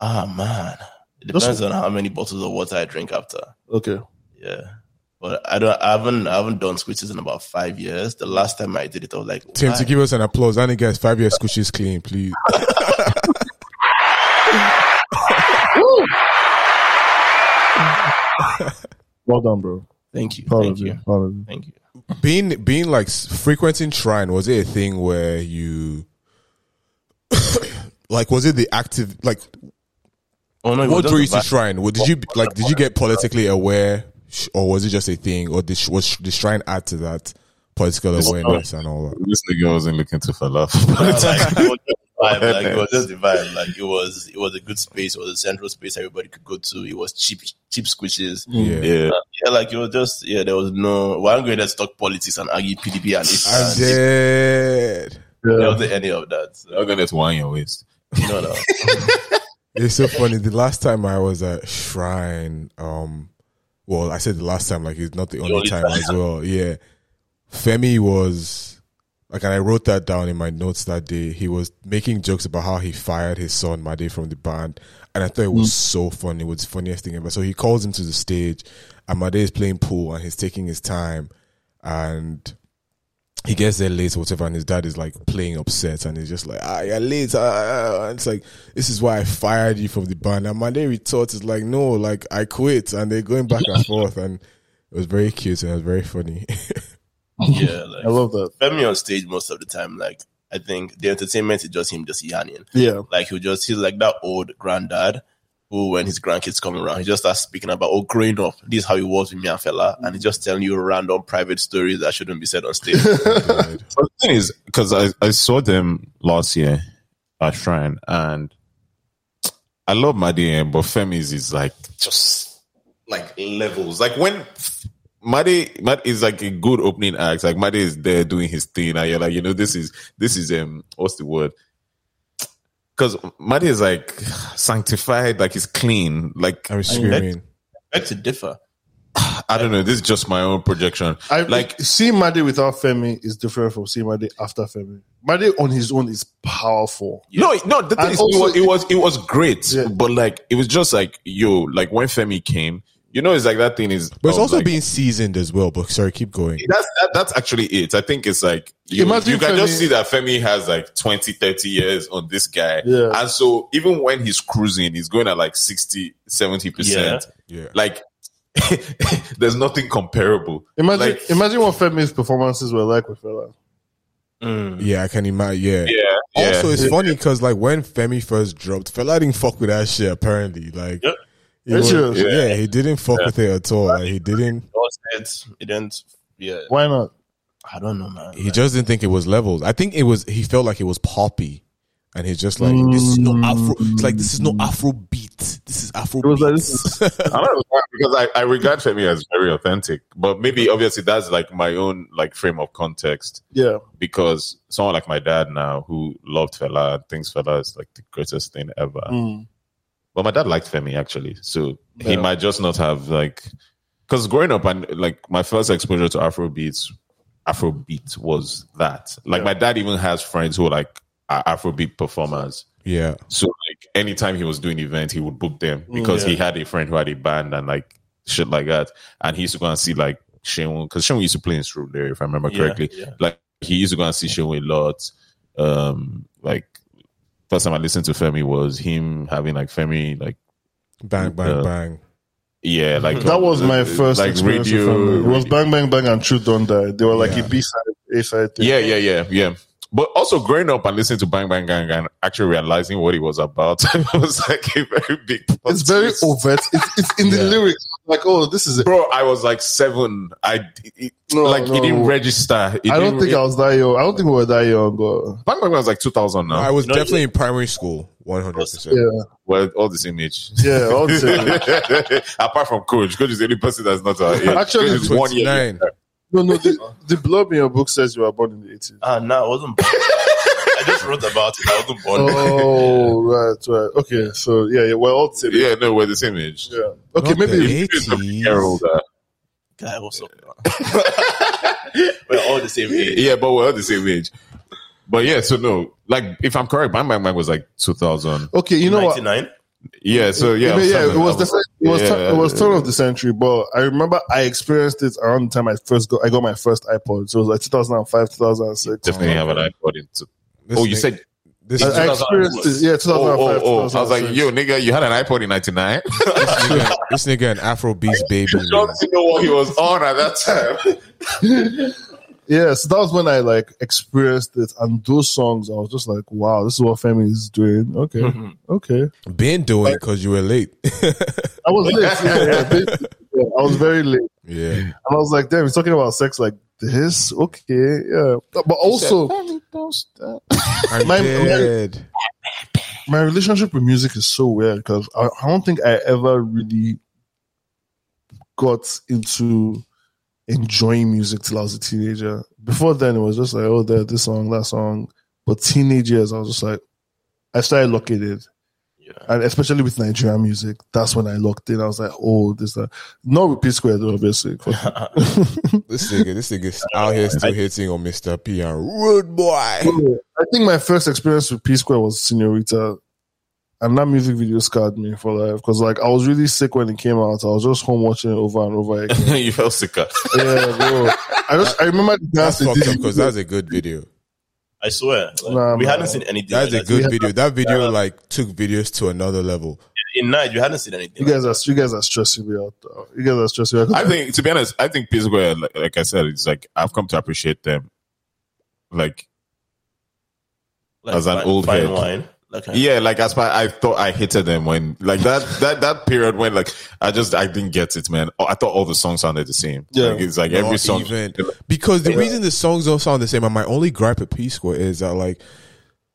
Speaker 6: ah man, it
Speaker 2: That's-
Speaker 6: depends on how many bottles of water I drink after.
Speaker 2: Okay.
Speaker 6: Yeah. But I don't I haven't I haven't done squishes in about five years. The last time I did it, I was like,
Speaker 3: Tim,
Speaker 6: why?
Speaker 3: to give us an applause. Any guys, five years squishes clean, please.
Speaker 2: Well done, bro.
Speaker 6: thank you.
Speaker 2: Proud
Speaker 6: Thank
Speaker 2: of you.
Speaker 6: you.
Speaker 2: Proud of you.
Speaker 6: Thank you.
Speaker 3: being being like s- frequenting shrine was it a thing where you like was it the active like
Speaker 6: Oh no, it
Speaker 3: what
Speaker 6: was
Speaker 3: drew you
Speaker 6: just a
Speaker 3: to
Speaker 6: vibe.
Speaker 3: shrine What- did you like did you get politically aware sh- or was it just a thing or did sh- was sh- did shrine add to that political awareness and all that
Speaker 5: This nigga wasn't looking to fell off.
Speaker 6: like, it was just the vibe, like, it was just the vibe. Like it was it was a good space, it was a central space everybody could go to. It was cheap cheap squishes.
Speaker 3: yeah,
Speaker 5: yeah.
Speaker 6: Mm, Yeah, like it was just yeah, there was no well, I'm going to talk politics and argue PDP and this
Speaker 3: I'm
Speaker 6: and
Speaker 3: dead.
Speaker 6: there
Speaker 2: Yeah.
Speaker 6: wasn't any of that. So,
Speaker 5: You're gonna just wind your waist.
Speaker 6: no no.
Speaker 3: It's so funny. The last time I was at Shrine, um, well, I said the last time, like it's not the only
Speaker 6: only
Speaker 3: time as well. Yeah, Femi was like, and I wrote that down in my notes that day. He was making jokes about how he fired his son Made from the band, and I thought it was so funny. It was the funniest thing ever. So he calls him to the stage, and Made is playing pool, and he's taking his time, and he gets there late or whatever, and his dad is like playing upset, and he's just like, "Ah, you're late." ah, ah, ah." And it's like, "This is why I fired you from the band." And my day retort is like, "No, like I quit," and they're going back and forth, and It was very cute and it was very funny.
Speaker 6: Yeah, like,
Speaker 2: I love that.
Speaker 6: Femi on stage most of the time. Like I think the entertainment is just him just yawning.
Speaker 2: Yeah.
Speaker 6: Like he'll just he's like that old granddad who when his grandkids come around, he just starts speaking about oh growing up, this is how it was with me and fella, and he's just telling you random private stories that shouldn't be said on stage.
Speaker 3: God.
Speaker 5: But the thing is, because I, I saw them last year at Shrine, and I love Madi, but Femi's is like just like levels. Like when Madi Madi is like a good opening act. Like Madi is there doing his thing, and you're like, you know, this is this is um what's the word? Because Madi is like sanctified, like he's clean. Like
Speaker 3: I was screaming.
Speaker 6: Beg to differ.
Speaker 5: I don't know. This is just my own projection.
Speaker 2: I,
Speaker 5: Like-
Speaker 2: like seeing Made without Femi is different from seeing Made after Femi. Made on his own is powerful.
Speaker 5: No, no. The thing
Speaker 2: And
Speaker 5: is,
Speaker 2: also-
Speaker 5: it, was, it was it was great,
Speaker 2: Yeah.
Speaker 5: but like it was just like yo, like when Femi came, you know, it's like that thing is.
Speaker 3: But it's
Speaker 5: I was
Speaker 3: also
Speaker 5: like,
Speaker 3: being seasoned as well. But sorry, keep going.
Speaker 5: That's that, that's actually it. I think it's like you,
Speaker 2: Imagine
Speaker 5: you can just
Speaker 2: Femi-
Speaker 5: see that Femi has like 20, 30 years on this guy,
Speaker 2: Yeah.
Speaker 5: and so even when he's cruising, he's going at like 60, 70 percent.
Speaker 3: Yeah.
Speaker 5: Like, there's nothing comparable.
Speaker 2: Imagine,
Speaker 5: Like-
Speaker 2: imagine what Femi's performances were like with Fela.
Speaker 6: Mm.
Speaker 3: Yeah, I can imagine. Yeah.
Speaker 5: Yeah.
Speaker 3: Also, it's funny because like when Femi first dropped, Fela didn't fuck with that shit. Apparently, like
Speaker 6: Yep.
Speaker 3: he
Speaker 2: It's
Speaker 3: was-
Speaker 2: yours.
Speaker 3: yeah. he didn't fuck with it at all. Like he didn't.
Speaker 6: It, it didn't. Yeah,
Speaker 2: Why not?
Speaker 6: I don't know, man.
Speaker 3: He just didn't think it was levels. I think it was. He felt like it was poppy, and he's just like, "This is no Afro." It's like this is no Afro beat. This is Afro.
Speaker 2: Mm. was like,
Speaker 3: beats."
Speaker 2: this
Speaker 5: I don't know because I, I regard Femi as very authentic, but maybe obviously that's like my own like frame of context.
Speaker 2: Yeah.
Speaker 5: because someone like my dad now who loved Fela and thinks Fela is like the greatest thing ever.
Speaker 2: Mm.
Speaker 5: But my dad liked Femi actually, so he
Speaker 2: Yeah.
Speaker 5: might just not have like because growing up and like my first exposure to Afro beats, Afro beat was that. Like my dad even has friends who are like are Afrobeat performers.
Speaker 3: yeah,
Speaker 5: So like anytime he was doing events, he would book them
Speaker 2: Mm,
Speaker 5: because he had a friend who had a band and like shit like that. And he used to go and see like Shenwu because Shenwu used to play in Shrewd there, if I remember
Speaker 6: Yeah,
Speaker 5: correctly.
Speaker 6: yeah.
Speaker 5: Like he used to go and see Shenwu a lot. Um, like first time I listened to Femi was him having like Femi like
Speaker 3: bang, bang,
Speaker 5: Yeah.
Speaker 3: bang.
Speaker 5: yeah like
Speaker 2: That was my
Speaker 5: uh,
Speaker 2: first experience with Femi. It was Bang Bang Bang and Truth Don't Die. They were like
Speaker 3: Yeah.
Speaker 2: a B side, A side thing.
Speaker 5: Yeah, yeah, yeah, yeah. But also growing up and listening to Bang Bang Gang and actually realizing what it was about, it was like a very big. plot
Speaker 2: It's very
Speaker 5: twist.
Speaker 2: overt. It's, it's in the
Speaker 3: Yeah.
Speaker 2: lyrics. Like, oh, this is it.
Speaker 5: bro. I was like seven. I it,
Speaker 2: No,
Speaker 5: like it
Speaker 2: no.
Speaker 5: didn't register. It
Speaker 2: I don't
Speaker 5: didn't
Speaker 2: think
Speaker 5: re-
Speaker 2: I was that young. I don't think we were that young. Or,
Speaker 5: Bang Bang was like two thousand now.
Speaker 3: I was
Speaker 6: No,
Speaker 3: definitely in primary school, one hundred percent.
Speaker 2: yeah.
Speaker 5: well, all the same age.
Speaker 2: Yeah. I'll say.
Speaker 5: Apart from Coach, Coach is the only person that's not our age.
Speaker 2: Actually,
Speaker 5: Coach is one year.
Speaker 3: Nine.
Speaker 2: no, no. The, the blob in your book says you were born in the 80s.
Speaker 6: Ah, no, I wasn't born. I just wrote about it. I wasn't born.
Speaker 2: Oh, right, right. Okay. So, yeah, yeah we're all the same.
Speaker 5: Yeah, no, we're the same age.
Speaker 2: Yeah. Okay,
Speaker 3: Not
Speaker 2: maybe.
Speaker 3: the
Speaker 5: It's a
Speaker 3: 80s.
Speaker 5: year older.
Speaker 6: Guy, what's up? We're all the same age.
Speaker 5: Yeah, but we're all the same age. But yeah, so no, like if I'm correct, Bang Bang Bang was like 2000.
Speaker 2: Okay, you know what?
Speaker 6: 99?
Speaker 5: Yeah, so yeah,
Speaker 2: yeah, yeah,
Speaker 5: seven.
Speaker 2: it was
Speaker 5: I was-
Speaker 2: definitely it was
Speaker 5: yeah.
Speaker 2: it was turn of the century, but I remember I experienced it around the time I first got I got my first iPod. So it was like 2005, 2006.
Speaker 5: definitely have an iPod. Into-
Speaker 3: This
Speaker 5: oh, you
Speaker 3: nigga-
Speaker 5: said
Speaker 3: this.
Speaker 2: I, I
Speaker 3: nigga-
Speaker 2: experienced it, yeah, 2005,
Speaker 5: oh, oh, oh. I was like,
Speaker 2: 2006.
Speaker 5: yo, nigga, you had an iPod in '99.
Speaker 3: this nigga, this nigga an Afro beats baby.
Speaker 5: Don't you know what he was on at that time?
Speaker 2: yeah, so that was when I like experienced it, and those songs, I was just like, wow, this is what Femi is doing. Okay, okay,
Speaker 3: Been doing because you were late.
Speaker 2: I was late. Yeah, yeah, basically, yeah, I was very late, and
Speaker 3: yeah,
Speaker 2: I was like, damn, he's talking about sex like this. Okay, yeah, but also.
Speaker 3: I'm
Speaker 2: My-
Speaker 3: dead.
Speaker 2: my relationship with music is so weird because I, I don't think I ever really got into enjoying music till I was a teenager. Before then, it was just like, oh, there, this song, that song. But teenage years, I was just like, I started locking in. And especially with Nigerian music, that's when I locked in. I was like, oh, this, that. Not with P Square, though, obviously.
Speaker 3: This nigga, this nigga's out here still hitting on Mr. P and Rude Boy.
Speaker 2: I think my first experience with P Square was Senorita, and that music video scarred me for life because like I was really sick when it came out. I was just home watching it over and over again.
Speaker 5: you felt sicker.
Speaker 2: yeah, bro. I just I remember the dance
Speaker 3: That's
Speaker 2: they
Speaker 3: fucked
Speaker 2: did.
Speaker 3: up because that's a good video.
Speaker 6: I swear. Like,
Speaker 2: Nah,
Speaker 6: we
Speaker 2: man.
Speaker 6: hadn't seen anything.
Speaker 3: That's a
Speaker 6: like
Speaker 3: good video. That video like took videos to another level.
Speaker 6: in night, you hadn't seen anything.
Speaker 2: You guys are you guys are stressing me out. Though. You guys are stressing me out.
Speaker 5: I think, to be honest, I think Pizguer, like, like I said, it's like I've come to appreciate them, like
Speaker 6: like
Speaker 5: As an
Speaker 6: fine-
Speaker 5: old
Speaker 6: fine
Speaker 5: head.
Speaker 6: wine. Like, yeah.
Speaker 5: yeah, like as far I thought I hated them when like that that that period when like I just I didn't get it, man. Oh, I thought all the songs sounded the same.
Speaker 2: Yeah.
Speaker 5: Like, it's like every
Speaker 3: Not
Speaker 5: song.
Speaker 3: even. because the reason the songs don't sound the same and my only gripe at Peace Corps is that like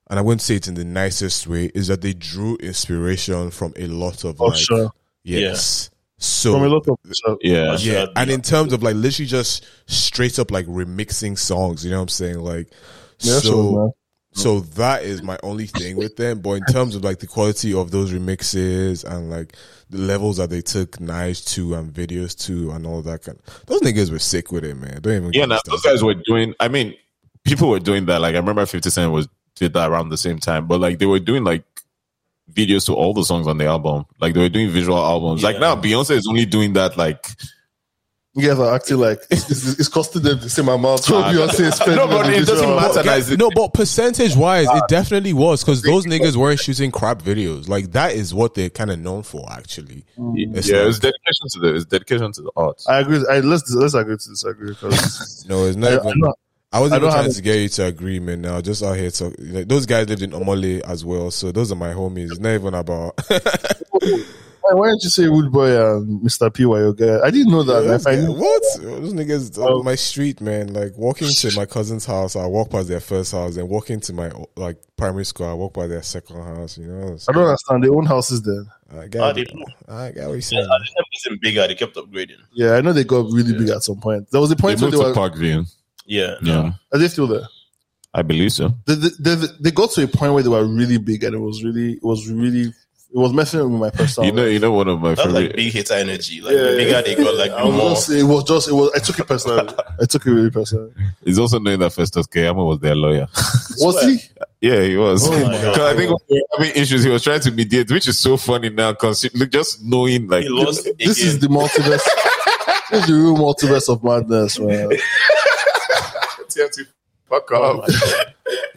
Speaker 3: and I wouldn't say it in the nicest way is that they drew inspiration from a lot of like
Speaker 2: Usher.
Speaker 3: yes so
Speaker 2: Oh, From a lot of so,
Speaker 5: Yeah,
Speaker 3: yeah,
Speaker 6: Usher,
Speaker 3: and in terms of like literally just straight up like remixing songs, you know what I'm saying? Like,
Speaker 2: Yeah, that's what I'm
Speaker 3: so so that is my only thing with them. But in terms of like the quality of those remixes and like the levels that they took knives to and videos to and all that kind, those niggas were sick with it, man. Don't even
Speaker 5: yeah.
Speaker 3: get me
Speaker 5: Now those
Speaker 3: started.
Speaker 5: guys were doing. I mean, people were doing that. Like I remember Fifty Cent was did that around the same time, but like they were doing like videos to all the songs on the album. Like they were doing visual albums. Like
Speaker 6: Yeah.
Speaker 5: now Beyonce is only doing that. Like
Speaker 2: you guys are acting like it's, it's, it's costing them the same amount. So
Speaker 5: Ah,
Speaker 2: you are saying spend
Speaker 5: no, but
Speaker 2: on
Speaker 5: it doesn't
Speaker 2: individual-
Speaker 5: matter. now, is it-
Speaker 3: no, but percentage wise,
Speaker 2: Ah.
Speaker 3: it definitely was because those niggas weren't shooting crap videos. Like that is what they're kind of known for, actually. It's
Speaker 5: yeah,
Speaker 3: like-
Speaker 5: it's dedication to the it's dedication to the art.
Speaker 2: I agree. I let's let's agree to disagree because
Speaker 3: No, it's
Speaker 2: I,
Speaker 3: not.
Speaker 2: I
Speaker 3: even,
Speaker 2: don't-
Speaker 3: I
Speaker 2: I
Speaker 3: wasn't
Speaker 2: don't
Speaker 3: even
Speaker 2: have
Speaker 3: trying
Speaker 2: a-
Speaker 3: to get you to agreement now. Just out here, talk, like, those guys lived in Omole as well, so those are my homies. It's Not even about.
Speaker 2: why, why didn't you say Wood Boy and Mr. P were your guy? I didn't know that.
Speaker 3: those
Speaker 2: If I
Speaker 3: guys-
Speaker 2: knew-
Speaker 3: what those niggas
Speaker 2: Oh.
Speaker 3: on my street, man. Like walking to my cousin's house, I walk past their first house, and walking to my like primary school, I walk by their second house. You know,
Speaker 2: I don't understand. They own houses then.
Speaker 3: I
Speaker 6: Oh,
Speaker 3: got,
Speaker 6: they,
Speaker 3: I got what you
Speaker 6: yeah,
Speaker 3: saying.
Speaker 6: they kept getting bigger. They kept upgrading.
Speaker 2: Yeah, I know they got really big at some point. There was a
Speaker 5: They
Speaker 2: point where
Speaker 5: moved
Speaker 2: they
Speaker 5: to
Speaker 2: were.
Speaker 5: Parkview.
Speaker 6: Yeah,
Speaker 5: Yeah,
Speaker 2: Are they still there?
Speaker 5: I believe so.
Speaker 2: They, they, they, they got to a point where they were really big and it was really it was really it was messing with my personal.
Speaker 5: You know, you know, one of my
Speaker 6: that's
Speaker 5: favorite.
Speaker 6: like big hitter energy. Like
Speaker 2: Yeah,
Speaker 6: the bigger
Speaker 2: yeah.
Speaker 6: they got, like
Speaker 2: I
Speaker 6: the
Speaker 2: was
Speaker 6: more.
Speaker 2: just, it was just it was. I took it personally. I took it really personally.
Speaker 5: It's also knowing that Festus Keyamo was their lawyer.
Speaker 2: Was he?
Speaker 5: yeah, he was.
Speaker 6: Oh my
Speaker 5: Because I
Speaker 6: God.
Speaker 5: think one of the having issues he was trying to mediate, which is so funny now. Consi- look, just knowing like
Speaker 6: He lost again.
Speaker 2: This is the multiverse. this is the real multiverse of madness, man.
Speaker 5: you have to fuck up.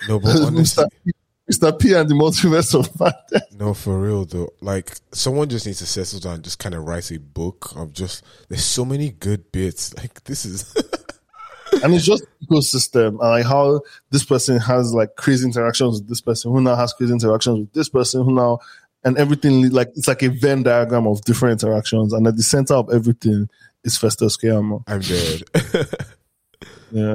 Speaker 3: No, but honestly,
Speaker 2: Mr. P, Mr. P and the multiverse of madness.
Speaker 3: No, for real though. Like someone just needs to settle down and just kind of write a book of just there's so many good bits. Like this is
Speaker 2: and it's just ecosystem and like how this person has like crazy interactions with this person who now has crazy interactions with this person who now and everything li- like it's like a Venn diagram of different interactions and at the center of everything is Festus Keyamo.
Speaker 3: I'm dead.
Speaker 2: Yeah.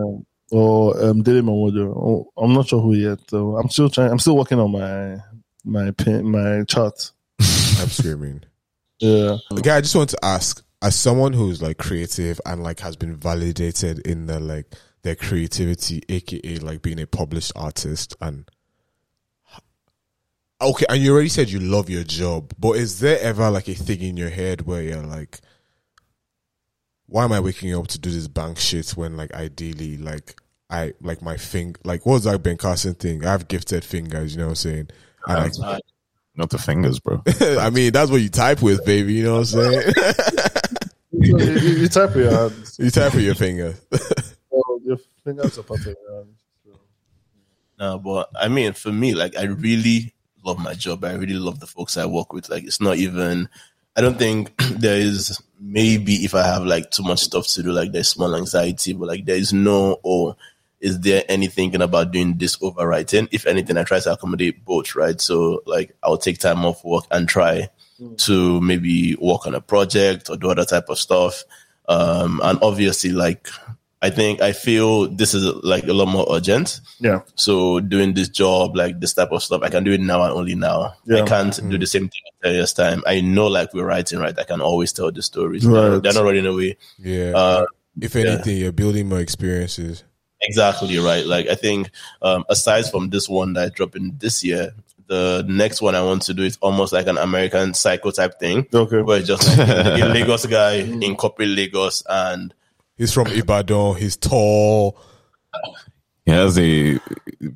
Speaker 2: Or um Dele Mawodo. Oh, I'm not sure who yet though. I'm still trying I'm still working on my my pin, my chart.
Speaker 3: I'm screaming.
Speaker 2: Yeah.
Speaker 3: Okay, I just want to ask, as someone who's like creative and like has been validated in the like their creativity, aka like being a published artist and Okay, and you already said you love your job, but is there ever like a thing in your head where you're like why am I waking up to do this bank shit when like ideally like I like my thing like what's that Ben Carson thing? I have gifted fingers, you know what I'm saying? And I
Speaker 5: Not the fingers, bro.
Speaker 3: I mean, that's what you type with, baby. You know what I'm saying?
Speaker 2: you, you- you type your hands.
Speaker 3: you type with your finger.
Speaker 2: Oh, your fingers are part of your hands.
Speaker 6: No, but I mean, for me, like I really love my job. I really love the folks I work with. Like it's not even. I don't think there is maybe if I have like too much stuff to do, like there's small anxiety, but like there is no or is there any thinking about doing this overwriting? If anything, I try to accommodate both, right? So like I'll take time off work and try to maybe work on a project or do other type of stuff. Um, and obviously, like I think I feel this is like a lot more urgent.
Speaker 2: Yeah.
Speaker 6: So doing this job, like this type of stuff, I can do it now and only now.
Speaker 2: Yeah. Mm-hmm.
Speaker 6: I can't do the same thing at various time. I know, like we're writing, right? I can always tell the stories. They're-
Speaker 2: Right.
Speaker 6: They're not running away.
Speaker 3: Yeah.
Speaker 6: Uh,
Speaker 3: if anything, you're building more experiences.
Speaker 6: exactly right. Like I think, um, aside from this one that I dropped in this year, the next one I want to do is almost like an American Psycho type thing,
Speaker 2: Okay.
Speaker 6: where it's just like a Lagos guy in copy Lagos and
Speaker 3: He's from Ibadan. He's tall.
Speaker 5: He has a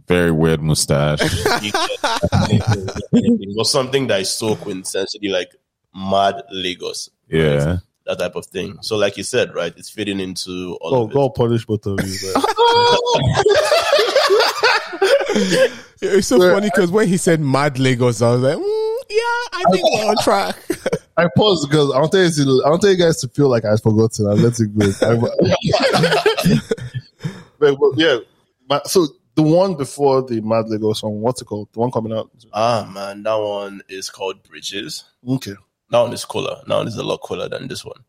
Speaker 5: very weird mustache.
Speaker 6: it was something that is so quintessentially like mad Lagos.
Speaker 5: Yeah.
Speaker 6: That type of thing. So, like you said, right, it's fitting into all
Speaker 2: Oh,
Speaker 6: of it.
Speaker 2: God punish both of you. man.
Speaker 3: It's so funny because when he said "Mad Lagos," I was like, mm, I think we're on track.
Speaker 2: I paused because I want you to, I want you guys to feel like I've forgotten. I let it go. I- but, but, yeah, but, so the one before the Mad Lego song, what's it called? The one coming out?
Speaker 6: Ah man, that one is called Bridges.
Speaker 2: Okay,
Speaker 6: That one is cooler. That one is a lot cooler than this one.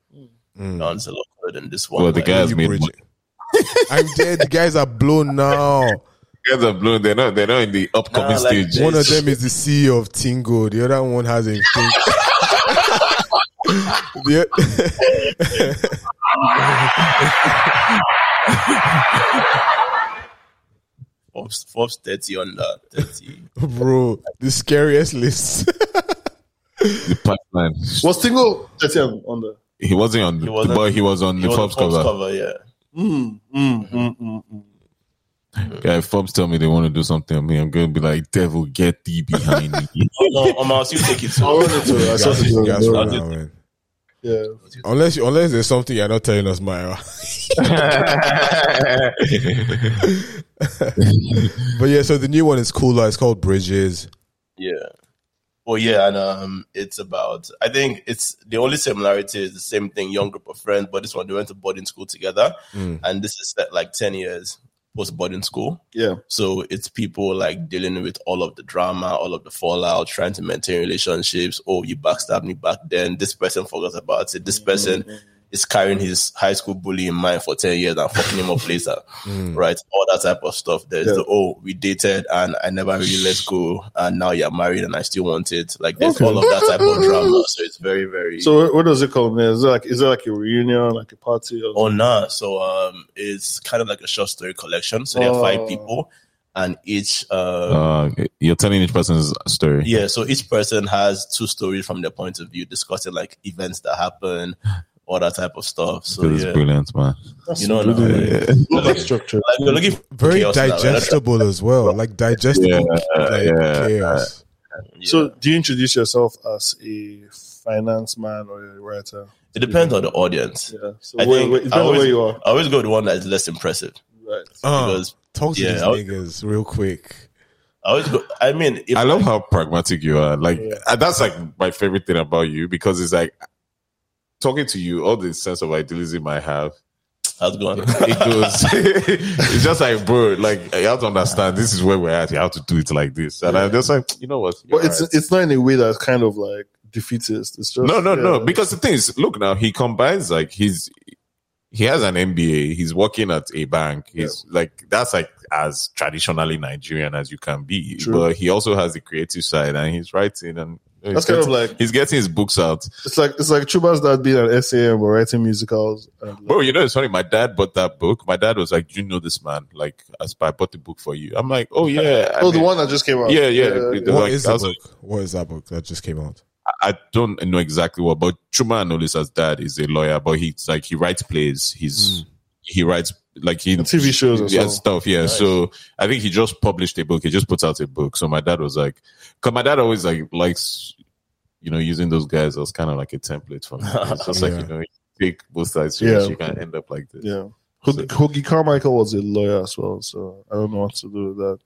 Speaker 3: Mm.
Speaker 6: That one's a lot cooler than this one.
Speaker 5: Well, the
Speaker 6: Like,
Speaker 5: guy has
Speaker 3: You
Speaker 5: made
Speaker 3: bridge
Speaker 5: money.
Speaker 3: it. I'm dead. The guys are blown now.
Speaker 5: guys are blown. They're not. They're not in the upcoming
Speaker 6: Nah, like,
Speaker 5: stage.
Speaker 3: One of them is the CEO of Tingo. The other one has a thing. The o-
Speaker 6: Forbes, Forbes 30 on that. 30.
Speaker 3: Bro, the scariest list.
Speaker 5: The pipeline.
Speaker 2: was single thirty on on the.
Speaker 5: He wasn't on the,
Speaker 6: He wasn't-
Speaker 5: the boy. He was on
Speaker 6: You
Speaker 5: the
Speaker 6: want
Speaker 5: Forbes cover.
Speaker 6: yeah.
Speaker 2: Mm, mm, mm, mm, mm.
Speaker 5: Yeah, if Forbes tell me they want to do something on me, I'm gonna be like, "Devil, get thee behind me."
Speaker 6: Oh, No, Omar, you take it.
Speaker 2: I
Speaker 6: too.
Speaker 2: wanted to. I saw
Speaker 3: Guys,
Speaker 2: the
Speaker 3: you guys
Speaker 2: video.
Speaker 3: run now, man.
Speaker 2: Yeah.
Speaker 3: Unless, you- unless there's something you're not telling us, Myra. but yeah, so the new one is cooler. It's called Bridges.
Speaker 6: Yeah. Well, yeah, and um, it's about. I think it's the only similarity is the same thing. Young group of friends, but this one they went to boarding school together,
Speaker 3: Mm.
Speaker 6: and this is set like ten years post boarding school.
Speaker 2: Yeah.
Speaker 6: So it's people like dealing with all of the drama, all of the fallout, trying to maintain relationships. Oh, you backstabbed me back then. This person forgot about it. This
Speaker 2: Mm-hmm.
Speaker 6: person is carrying his high school bully in mind for ten years and fucking him up later
Speaker 3: Mm.
Speaker 6: right? All that type of stuff. There's
Speaker 2: Yeah.
Speaker 6: the oh, we dated and I never really let go, and now you're married and I still want it. Like there's
Speaker 2: Okay.
Speaker 6: all of that type of drama. So it's very, very.
Speaker 2: So where- where does it come? in? Is it like is it like a reunion, like a party? Or
Speaker 6: oh nah. So um, it's kind of like a short story collection. So there are
Speaker 2: Oh.
Speaker 6: five people, and each uh,
Speaker 5: uh, you're telling each person's story.
Speaker 6: yeah. So each person has two stories from their point of view, discussing like events that happen, all that type of stuff. So
Speaker 5: This is
Speaker 6: yeah,
Speaker 5: brilliant, man.
Speaker 6: you know.
Speaker 2: That's
Speaker 6: nah,
Speaker 2: really-
Speaker 6: like,
Speaker 2: Like structure.
Speaker 6: like, we're looking for
Speaker 3: Very
Speaker 6: chaos now, right?
Speaker 3: digestible as well. Like digestible
Speaker 5: Yeah,
Speaker 3: like,
Speaker 5: yeah.
Speaker 3: chaos.
Speaker 6: Yeah.
Speaker 2: So do you introduce yourself as a finance man or a writer?
Speaker 6: it depends on the audience.
Speaker 2: Yeah. So
Speaker 6: I
Speaker 2: where,
Speaker 6: think
Speaker 2: where, it depends
Speaker 6: I
Speaker 2: on
Speaker 6: always-
Speaker 2: where you are.
Speaker 6: I always go with one that's less impressive
Speaker 2: Right.
Speaker 3: Uh,
Speaker 6: because
Speaker 3: talk to
Speaker 6: yeah,
Speaker 3: these
Speaker 6: I-
Speaker 3: niggas real quick.
Speaker 6: I always go. I mean, if,
Speaker 5: I love how pragmatic you are. Like
Speaker 2: Yeah.
Speaker 5: uh, that's like my favorite thing about you because it's like talking to you, all the sense of idealism I have,
Speaker 6: how's it going.
Speaker 5: it goes. it's just like, bro, like you have to understand this is where we're at. You have to do it like this, and I'm just like, you know what? You're
Speaker 2: But it's
Speaker 5: right.
Speaker 2: it's not in a way that's kind of like defeatist. It's just
Speaker 5: no, no,
Speaker 2: yeah.
Speaker 5: no. Because the thing is, look now, he combines like he's he has an MBA. He's working at a bank. He's like that's like as traditionally Nigerian as you can be.
Speaker 2: True.
Speaker 5: But he also has the creative side, and he's writing and.
Speaker 2: that's kind of like
Speaker 5: He's getting his books out.
Speaker 2: it's like it's like Chuba's dad being an SAM or writing musicals. And like,
Speaker 5: Bro, you know, it's funny. My dad bought that book. My dad was like, You know this man. Like, as I bought the book for you. I'm like, Oh, yeah. I
Speaker 2: oh, the
Speaker 5: mean,
Speaker 2: one that just came out.
Speaker 5: Yeah, yeah.
Speaker 2: yeah.
Speaker 5: They're
Speaker 3: What
Speaker 5: like-
Speaker 3: is that
Speaker 5: I was
Speaker 3: book? what is that book that just came out?
Speaker 5: I don't know exactly what, but Chuma Nolisa's dad is a lawyer, but he's like, he writes plays. He's, he writes, like, he.
Speaker 2: And TV shows as
Speaker 5: yeah,
Speaker 2: well.
Speaker 5: stuff. Yeah. So I think he just published a book. He just put out a book. So my dad was like, Cause my dad always like likes, you know, using those guys as kind of like a template for me. It's just
Speaker 3: Yeah.
Speaker 5: like, you know, you take both sides serious,
Speaker 2: Yeah.
Speaker 5: you can end up like this.
Speaker 2: Yeah. Hoog- Hoogie Carmichael was a lawyer as well, so I don't know what to do with that.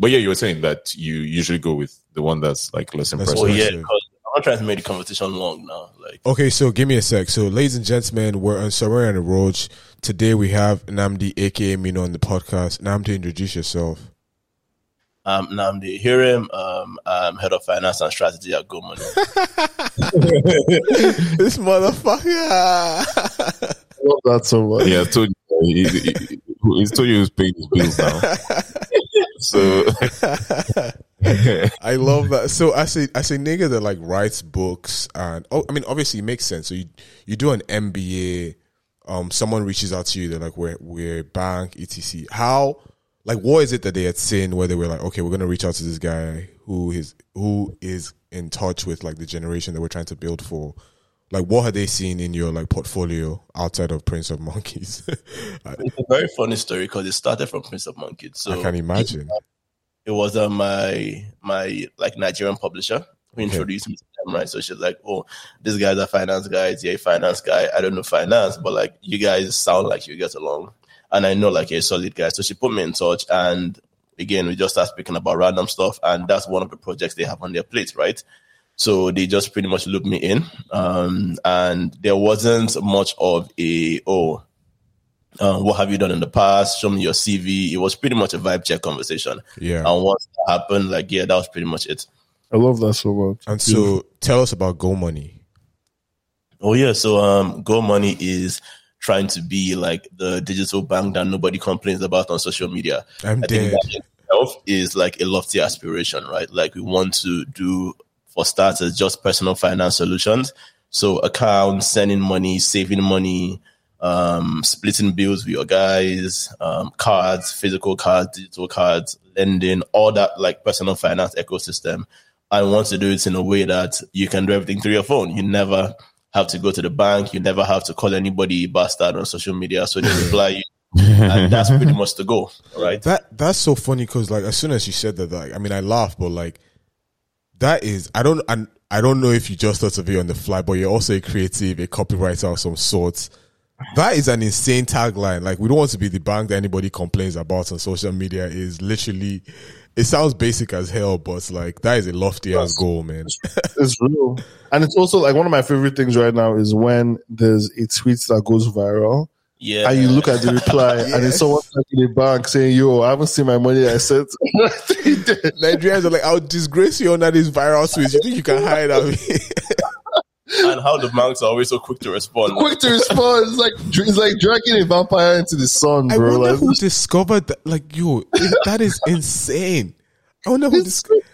Speaker 5: But yeah, you were saying that you usually go with the one that's like less
Speaker 3: That's
Speaker 5: impressive.
Speaker 6: oh
Speaker 3: what-
Speaker 6: yeah, 'cause I'm not trying to make the conversation long now. Like
Speaker 3: Okay, so give me a sec. So, ladies and gentlemen, we're on Somewhere on the Road. Today we have Namdi, aka Mino, on the podcast. Namdi, introduce yourself.
Speaker 6: um, Namdi Hirim, um, I'm head of finance and strategy at Goldman.
Speaker 3: this motherfucker.
Speaker 2: I love that so much.
Speaker 5: yeah, I told you, he, he- he's told you he's paying his bills now. so
Speaker 3: I love that. So, as a as a nigga that like writes books, and oh, I mean, obviously it makes sense. So you you do an MBA. Um, someone reaches out to you. They're like, "We're we're a bank, etc." How? Like, what is it that they had seen where they were like, "Okay, we're gonna reach out to this guy who is who is in touch with like the generation that we're trying to build for." Like, what had they seen in your like portfolio outside of Prince of Monkeys? I,
Speaker 6: it's a very funny story because it started from Prince of Monkeys. So
Speaker 3: I can imagine.
Speaker 6: it was uh, my my like Nigerian publisher who
Speaker 3: Okay.
Speaker 6: introduced me to them, right? So she's like, "Oh, this guy's a finance guy. He's a finance guy. I don't know finance, but like you guys sound like you get along, and I know like you're a solid guy." So she put me in touch, and again we just start speaking about random stuff, and that's one of the projects they have on their plate, right? So they just pretty much looped me in. Um, and there wasn't much of a, oh, uh, what have you done in the past? Show me your CV. It was pretty much a vibe check conversation.
Speaker 3: Yeah.
Speaker 6: And once that happened, like, yeah, that was pretty much it.
Speaker 2: I love that so much.
Speaker 3: And so tell us about Go Money.
Speaker 6: Oh yeah, so um, Go Money is trying to be like the digital bank that nobody complains about on social media.
Speaker 3: I'm
Speaker 6: I
Speaker 3: dead.
Speaker 6: think that in itself is like a lofty aspiration, right? Like we want to do, for starters, just personal finance solutions. So accounts, sending money, saving money, um, splitting bills with your guys, um, cards, physical cards, digital cards, lending, all that like personal finance ecosystem. I want to do it in a way that you can do everything through your phone. You never have to go to the bank. You never have to call anybody bastard on social media. So they reply you. and that's pretty much the goal, right?
Speaker 3: That that's so funny because like as soon as you said that, like I mean I laughed, but like that is I don't and I don't know if you just thought of it on the fly, but you're also a creative, a copywriter of some sort. That is an insane tagline. Like we don't want to be the bank that anybody complains about on social media. Is literally, it sounds basic as hell, but like that is a lofty ass goal, man.
Speaker 2: It's real. And it's also like one of my favorite things right now is when there's a tweet that goes viral
Speaker 6: Yeah.
Speaker 2: and you look at the reply and it's someone like in the bank saying, Yo, I haven't seen my money I sent.
Speaker 3: Nigerians are like, I'll disgrace you under this viral switch. You think you can hide out?
Speaker 6: and how the banks are always so quick to respond.
Speaker 2: Quick to respond. It's like it's like dragging a vampire into the sun,
Speaker 3: I
Speaker 2: bro.
Speaker 3: wonder
Speaker 2: Like,
Speaker 3: who discovered that. Like, yo, that is insane. I wonder who
Speaker 2: it's
Speaker 3: discovered.
Speaker 2: so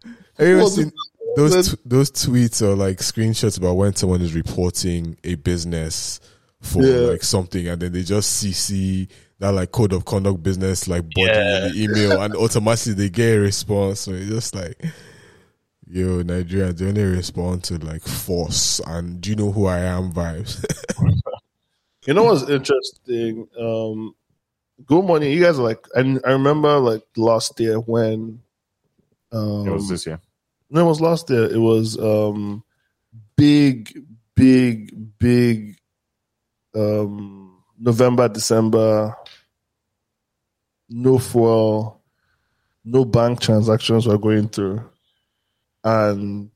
Speaker 2: funny.
Speaker 3: Have you ever
Speaker 2: Well, the-
Speaker 3: seen those t- those tweets or like screenshots about when someone is reporting a business for
Speaker 2: Yeah.
Speaker 3: like something and then they just CC that like code of conduct business like body
Speaker 6: Yeah.
Speaker 3: in the email and automatically they get a response. So it's just like, yo, Nigeria, they only respond to like force and do you know who I am vibes.
Speaker 2: You know what's interesting? Um, Good Money, you guys are like, and I remember like last year when. Um,
Speaker 5: It was this year.
Speaker 2: No, it was last year. It was um, big, big, big um, November, December. No fuel, no bank transactions were going through, and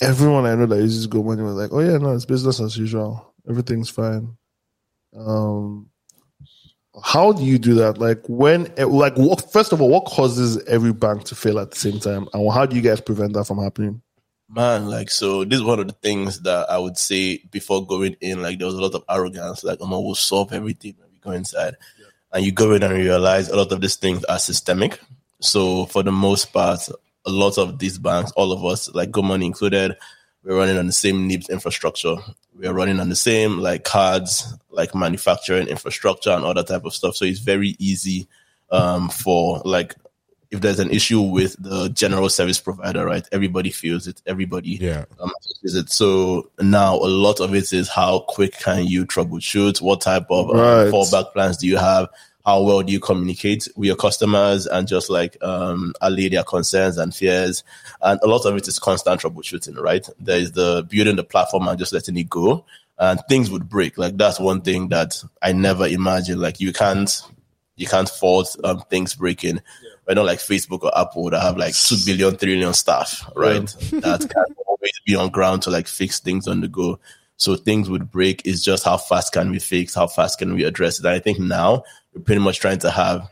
Speaker 2: everyone I know that uses Go Money was like, "Oh yeah, no, it's business as usual. Everything's fine." Um, how do you do that? Like when, eh, like what, first of all, what causes every bank to fail at the same time, and how do you guys prevent that from happening?
Speaker 6: Man, like, so this is one of the things that I would say before going in, like, there was a lot of arrogance, like, I'm going to solve everything when we go inside. And you go in and realize a lot of these things are systemic. So, for the most part, a lot of these banks, all of us, like, Good Money included, we're running on the same NIBS infrastructure. We're running on the same, like, cards, like, manufacturing infrastructure and all that type of stuff. So, it's very easy um, for, like, if there's an issue with the general service provider, right? Everybody feels it. Everybody
Speaker 3: yeah.
Speaker 6: um, is it so now a lot of it is how quick can you troubleshoot what type of um,
Speaker 2: Right.
Speaker 6: fallback plans do you have how well do you communicate with your customers and just like um, allay their concerns and fears and a lot of it is constant troubleshooting right there is the building the platform and just letting it go and things would break like that's one thing that i never imagined like you can't you can't fault um, things breaking I know like Facebook or Apple that have like 2 billion, 3 billion staff, right? that can always be on ground to like fix things on the go. So things would break. It's just how fast can we fix? How fast can we address it? And I think now we're pretty much trying to have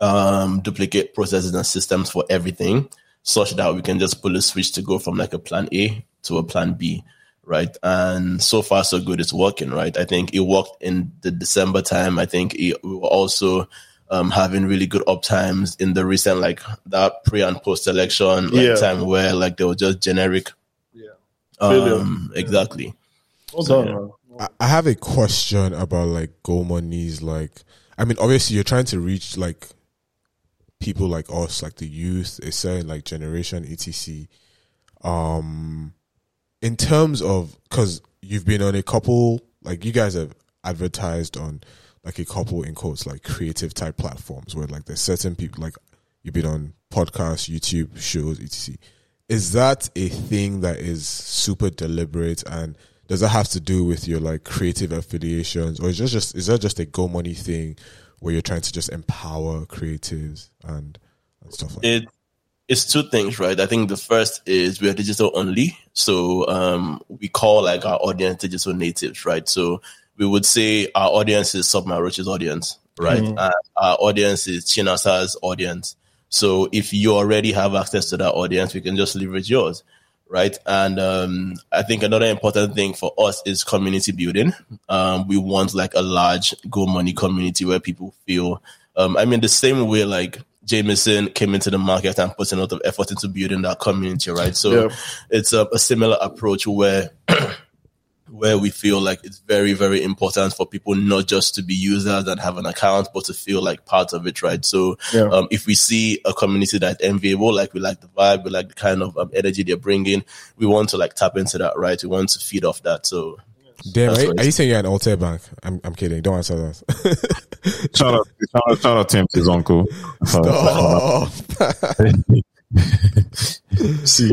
Speaker 6: um, duplicate processes and systems for everything such that we can just pull a switch to go from like a plan A to a plan B, right? And so far, so good. It's working, right? I think it worked in the December time. I think it, we were also um, having really good up times in the recent, like that pre and post election like,
Speaker 2: Yeah.
Speaker 6: time where like they were just generic.
Speaker 2: Yeah.
Speaker 6: Um, exactly.
Speaker 2: Well done, man.
Speaker 3: I- I have a question about like Go Money's like I mean obviously you're trying to reach like people like us, like the youth, a certain like generation, etc. Um in terms of because you've been on a couple like you guys have advertised on like a couple in quotes like creative type platforms where like there's certain people like you've been on podcasts, YouTube shows, etc. Is that a thing that is super deliberate and does that have to do with your like creative affiliations or is that just is that just a go money thing where you're trying to just empower creatives and, and stuff like that?
Speaker 6: It it's two things, right? I think the first is we are digital only, so um, we call like our audience digital natives, right? So we would say our audience is Sub Roach's audience, right? Uh, our audience is Chinasa's audience. So if you already have access to that audience, we can just leverage yours, right? And um, I think another important thing for us is community building. Um, we want like a large Go Money community where people feel. Um, I mean, the same way like Jameson came into the market and put a lot of effort into building that community, right? So
Speaker 2: Yeah.
Speaker 6: it's a, a similar approach where where we feel like it's very very important for people not just to be users and have an account but to feel like part of it right so
Speaker 2: Yeah.
Speaker 6: um, if we see a community that's enviable like we like the vibe we like the kind of um, energy they're bringing we want to like tap into that right we want to feed off that so
Speaker 3: Damn,
Speaker 6: That's
Speaker 3: are,
Speaker 6: what
Speaker 3: are you saying you're an Altair bank? I'm, I'm kidding. Don't answer that.
Speaker 5: Shout out, shout out, shout out Tim to his uncle.
Speaker 3: oh,
Speaker 2: See,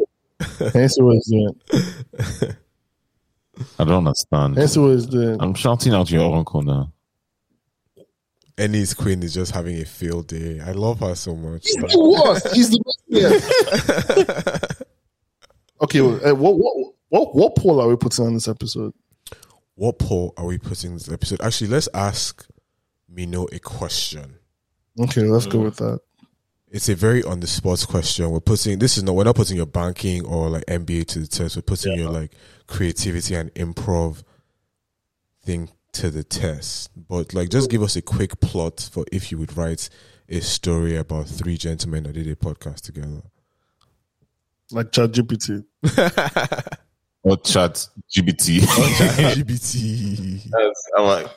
Speaker 2: answer what he's doing.
Speaker 5: I don't understand.
Speaker 2: Answer what he's doing.
Speaker 5: I'm shouting out your uncle now.
Speaker 3: Ennis Queen is just having a field day. I love her so much.
Speaker 7: He's the worst. He's the best player.
Speaker 2: Okay, well, uh, what what what what poll are we putting on this episode?
Speaker 3: What poll are we putting this episode? Actually, let's ask Mino a question.
Speaker 2: Okay, let's go with that.
Speaker 3: It's a very on the spot question. We're putting this is not we're not putting your banking or like MBA to the test. We're putting your like creativity and improv thing to the test. But like just give us a quick plot for if you would write a story about three gentlemen that did a podcast together.
Speaker 2: Like ChatGPT.
Speaker 5: Or chat GBT.
Speaker 3: LGBT.
Speaker 6: i'm like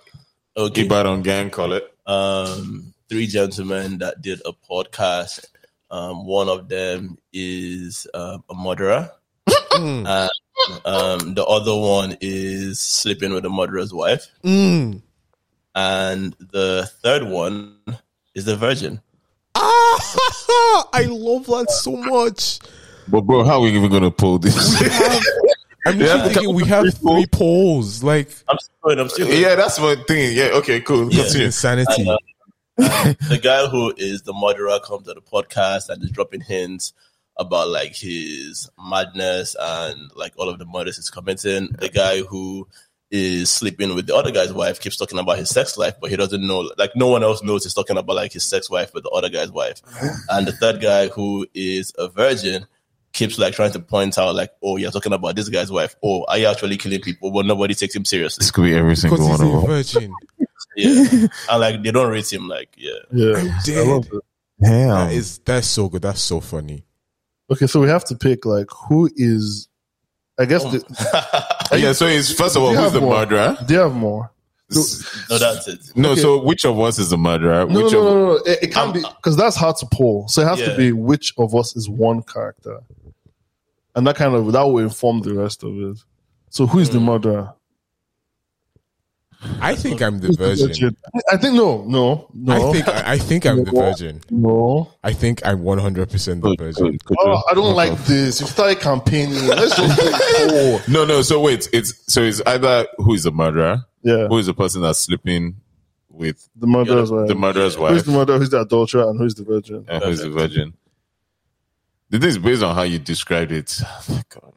Speaker 6: okay
Speaker 5: Keep out on gang, call it.
Speaker 6: um, three gentlemen that did a podcast. Um, one of them is um a murderer. and, um, the other one is sleeping with the murderer's wife.
Speaker 5: Mm.
Speaker 6: And the third one is the virgin.
Speaker 3: Ah, I love that so much.
Speaker 5: But bro, how are we even gonna pull this?
Speaker 3: I'm literally thinking we have three polls. Like
Speaker 6: I'm sorry, I'm still
Speaker 5: yeah, that's my thing. Yeah, okay, cool. Continue.
Speaker 3: insanity.
Speaker 6: the guy who is the murderer comes to the podcast and is dropping hints about like his madness and like all of the murders he's committing. The guy who is sleeping with the other guy's wife keeps talking about his sex life, but he doesn't know like no one else knows he's talking about like his sex wife with the other guy's wife. And the third guy who is a virgin keeps like trying to point out like, oh you're talking about this guy's wife. Oh, are you actually killing people? But nobody takes him seriously.
Speaker 5: This could be every
Speaker 3: Because
Speaker 5: single
Speaker 3: he's
Speaker 5: one of
Speaker 3: a
Speaker 5: them.
Speaker 3: virgin.
Speaker 6: Yeah. and like they don't rate him like yeah.
Speaker 2: Yeah, I
Speaker 3: Dead.
Speaker 2: love it.
Speaker 5: Damn.
Speaker 3: That is that's so good. That's so funny.
Speaker 2: Okay, so we have to pick like who is. I
Speaker 6: Oh. Um,
Speaker 2: guess the,
Speaker 5: yeah, so it's first of all,
Speaker 2: You
Speaker 5: who's
Speaker 2: have
Speaker 5: the
Speaker 2: one.
Speaker 5: murderer?
Speaker 2: they have more.
Speaker 6: No, that's it.
Speaker 5: No,
Speaker 2: Okay.
Speaker 5: so which of us is the murderer?
Speaker 2: No, no,
Speaker 5: which
Speaker 2: no,
Speaker 5: of
Speaker 2: no, no. It, it can't be because that's hard to poll. So it has to
Speaker 6: Yeah.
Speaker 2: be which of us is one character, and that kind of that will inform the rest of it. So who is the murderer?
Speaker 3: I think I'm the virgin.
Speaker 2: I think no, no, no.
Speaker 3: I think I, I think I'm the virgin.
Speaker 2: no.
Speaker 3: I think I'm 100 percent the virgin.
Speaker 5: Good.
Speaker 2: Oh, I don't like this. You started campaigning. Let's just do a poll.
Speaker 5: No, no. So wait, it's so it's either who is the murderer,
Speaker 2: Yeah,
Speaker 5: who is the person that's sleeping with
Speaker 2: the murderer's wife.
Speaker 5: the murderer's
Speaker 2: Who's
Speaker 5: wife,
Speaker 2: the murderer? Who's the adulterer? And who's the virgin?
Speaker 5: and who's the Oh, virgin. This is based on how you described it. Oh my God,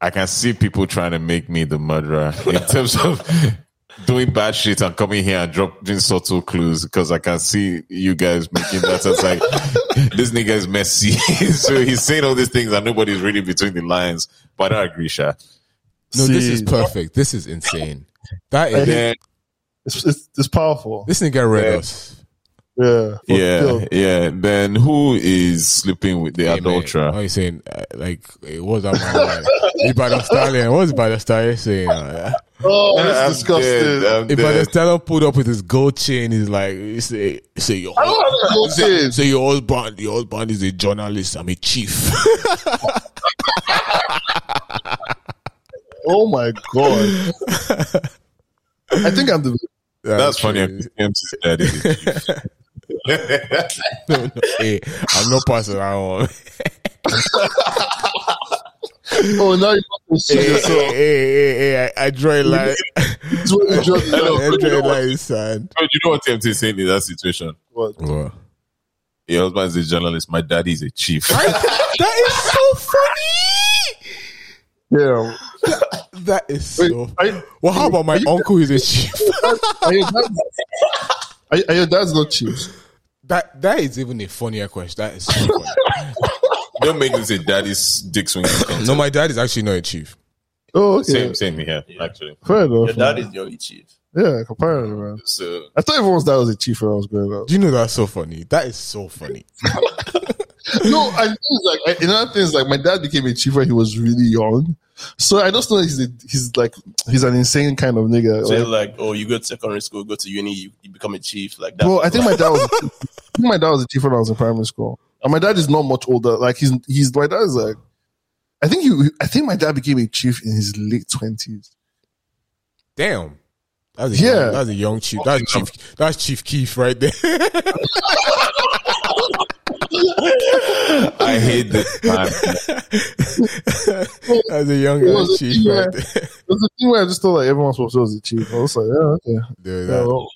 Speaker 5: I can see people trying to make me the murderer in terms of doing bad shit and coming here and dropping subtle clues because I can see you guys making that as like this nigga is messy. so he's saying all these things and nobody's reading between the lines. But I agree, Sha.
Speaker 3: No, this is
Speaker 2: See.
Speaker 3: perfect. This is insane. That is
Speaker 5: Then
Speaker 2: It's, it's, it's powerful.
Speaker 3: this nigga read
Speaker 5: Yeah.
Speaker 3: us.
Speaker 2: Yeah, but
Speaker 5: yeah,
Speaker 2: still,
Speaker 5: yeah. Then who is sleeping with the
Speaker 3: Hey, man, What
Speaker 5: adulterer?
Speaker 3: are you saying? Uh, like, eh, what's that man? It's by the stallion. What's by the stallion saying? Uh,
Speaker 2: Oh,
Speaker 5: I'm
Speaker 2: it's
Speaker 5: dead,
Speaker 2: disgusting.
Speaker 5: I'm
Speaker 3: If
Speaker 5: dead.
Speaker 3: Brother Stella pulled up with his gold chain, he's like, he's say, say your,
Speaker 2: don't have a gold
Speaker 3: say,
Speaker 2: chain.
Speaker 3: say your husband, your husband is a journalist. I'm a chief.
Speaker 2: Oh my god! I think I'm the.
Speaker 5: That's funny.
Speaker 3: true.
Speaker 5: I'm just glad it is.
Speaker 3: No, no, hey, I'm not passing around.
Speaker 2: Oh, now you want to see
Speaker 3: hey, hey,
Speaker 2: yourself.
Speaker 3: hey, hey, hey, I, I draw a line.
Speaker 2: It's what you just- Oh
Speaker 3: I
Speaker 5: Hello.
Speaker 3: draw a line in sand.
Speaker 5: But you know what TMT is saying in that situation?
Speaker 2: What?
Speaker 3: What?
Speaker 5: Your husband is a journalist. My daddy is a chief.
Speaker 3: that is so funny.
Speaker 2: Yeah.
Speaker 3: That is
Speaker 2: Wait,
Speaker 3: so.
Speaker 2: are, you-
Speaker 3: well, how about my uncle? Who's a chief?
Speaker 2: are your dads, are, are your dads not cheap?
Speaker 3: that that is even a funnier question. That is so funny.
Speaker 5: Don't make me say daddy's dick swinging. contest.
Speaker 3: no, my dad is actually not a chief.
Speaker 2: Oh, okay.
Speaker 5: Same, same here, actually.
Speaker 2: Fair enough.
Speaker 6: Your dad is the only chief.
Speaker 2: yeah, apparently, man.
Speaker 5: So,
Speaker 2: I thought everyone's dad was a chief when I was growing up.
Speaker 3: Do you know that's so funny? That is so funny.
Speaker 2: no, I think it's like I, another thing is like my dad became a chief when he was really young, so I just know he's a, he's like he's an insane kind of nigga.
Speaker 6: So
Speaker 2: Like,
Speaker 6: like, oh, you go to secondary school, go to uni, you, you become a chief. Like that.
Speaker 2: bro, I think my dad was I think my dad was a chief when I was in primary school, and my dad is not much older. Like he's he's my dad is like I think he I think my dad became a chief in his late twenties.
Speaker 3: Damn. That's a
Speaker 2: Yeah.
Speaker 3: young, that's a young chief. That's chief. That's Chief Keith right there.
Speaker 5: I hate this man.
Speaker 3: that's a young
Speaker 2: It
Speaker 3: ass
Speaker 2: was a-
Speaker 3: chief
Speaker 2: yeah.
Speaker 3: right there.
Speaker 2: There's a thing where I just thought like everyone supposed to was a chief. I was like, yeah, okay.
Speaker 3: Dude,
Speaker 2: Yeah,
Speaker 3: that,
Speaker 2: well,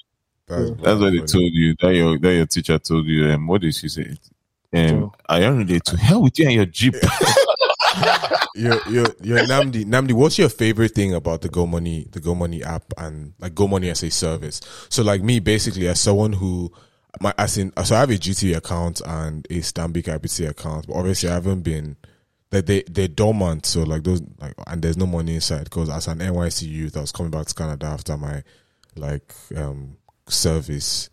Speaker 3: that's,
Speaker 5: That's what they told you. That your that your teacher told you. Um, what did she say? Um, I don't relate to hell with you and your jeep.
Speaker 3: Your your your Namdi Namdi. What's your favorite thing about the Go Money the Go Money app and like Go Money as a service? So like me, basically, as someone who my as in so I have a GT account and a Stambik IBC account, but obviously I haven't been that they they're dormant. So like those like and there's no money inside because as an NYC youth, I was coming back to Canada after my like um service.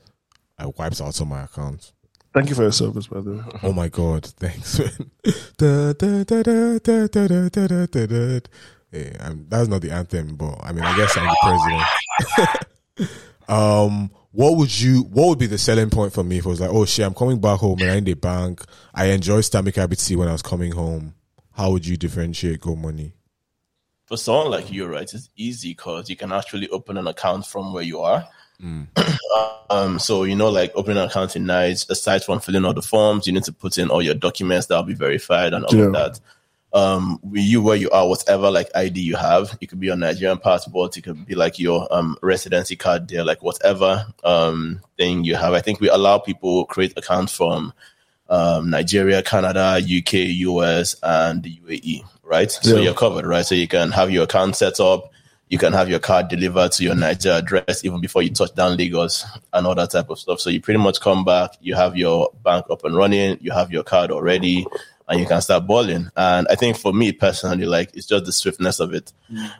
Speaker 3: I wiped out all my accounts.
Speaker 2: Thank you for your service, by the way.
Speaker 3: Oh my god, thanks. man. Da, da, da, da, da, da, da, da, da, da, da. Yeah, I'm, that's not the anthem, but I mean, I guess I'm the president. um, what would you? What would be the selling point for me if it was like, oh shit, I'm coming back home and I need a bank. I enjoy stomach IBT when I was coming home. How would you differentiate Go Money?
Speaker 6: for someone like you, right, it's easy because you can actually open an account from where you are.
Speaker 2: Mm.
Speaker 6: um, so you know, like opening an account in Nice, aside from filling out the forms, you need to put in all your documents that'll be verified and all
Speaker 2: Yeah.
Speaker 6: of that. Um, with you where you are, whatever like ID you have, it could be your Nigerian passport, it could be like your um residency card there, like whatever um thing you have. I think we allow people create accounts from um, Nigeria, Canada, UK, US, and the UAE, right? So
Speaker 2: Yeah.
Speaker 6: you're covered, right? So you can have your account set up, you can have your card delivered to your Niger address even before you touch down Lagos and all that type of stuff. So you pretty much come back, you have your bank up and running, you have your card already, and you can start balling. And I think for me personally, like it's just the swiftness of it.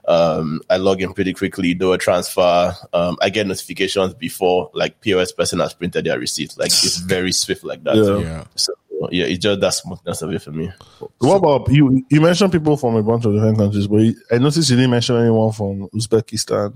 Speaker 6: Um, I log in pretty quickly, do a transfer. Um, I get notifications before like POS person has printed their receipt. Like it's very swift like that.
Speaker 2: Yeah.
Speaker 3: Yeah,
Speaker 6: So yeah, it's just that smoothness of it for me.
Speaker 2: What about you? You mentioned people from a bunch of different countries, but you, I noticed you didn't mention anyone from Uzbekistan.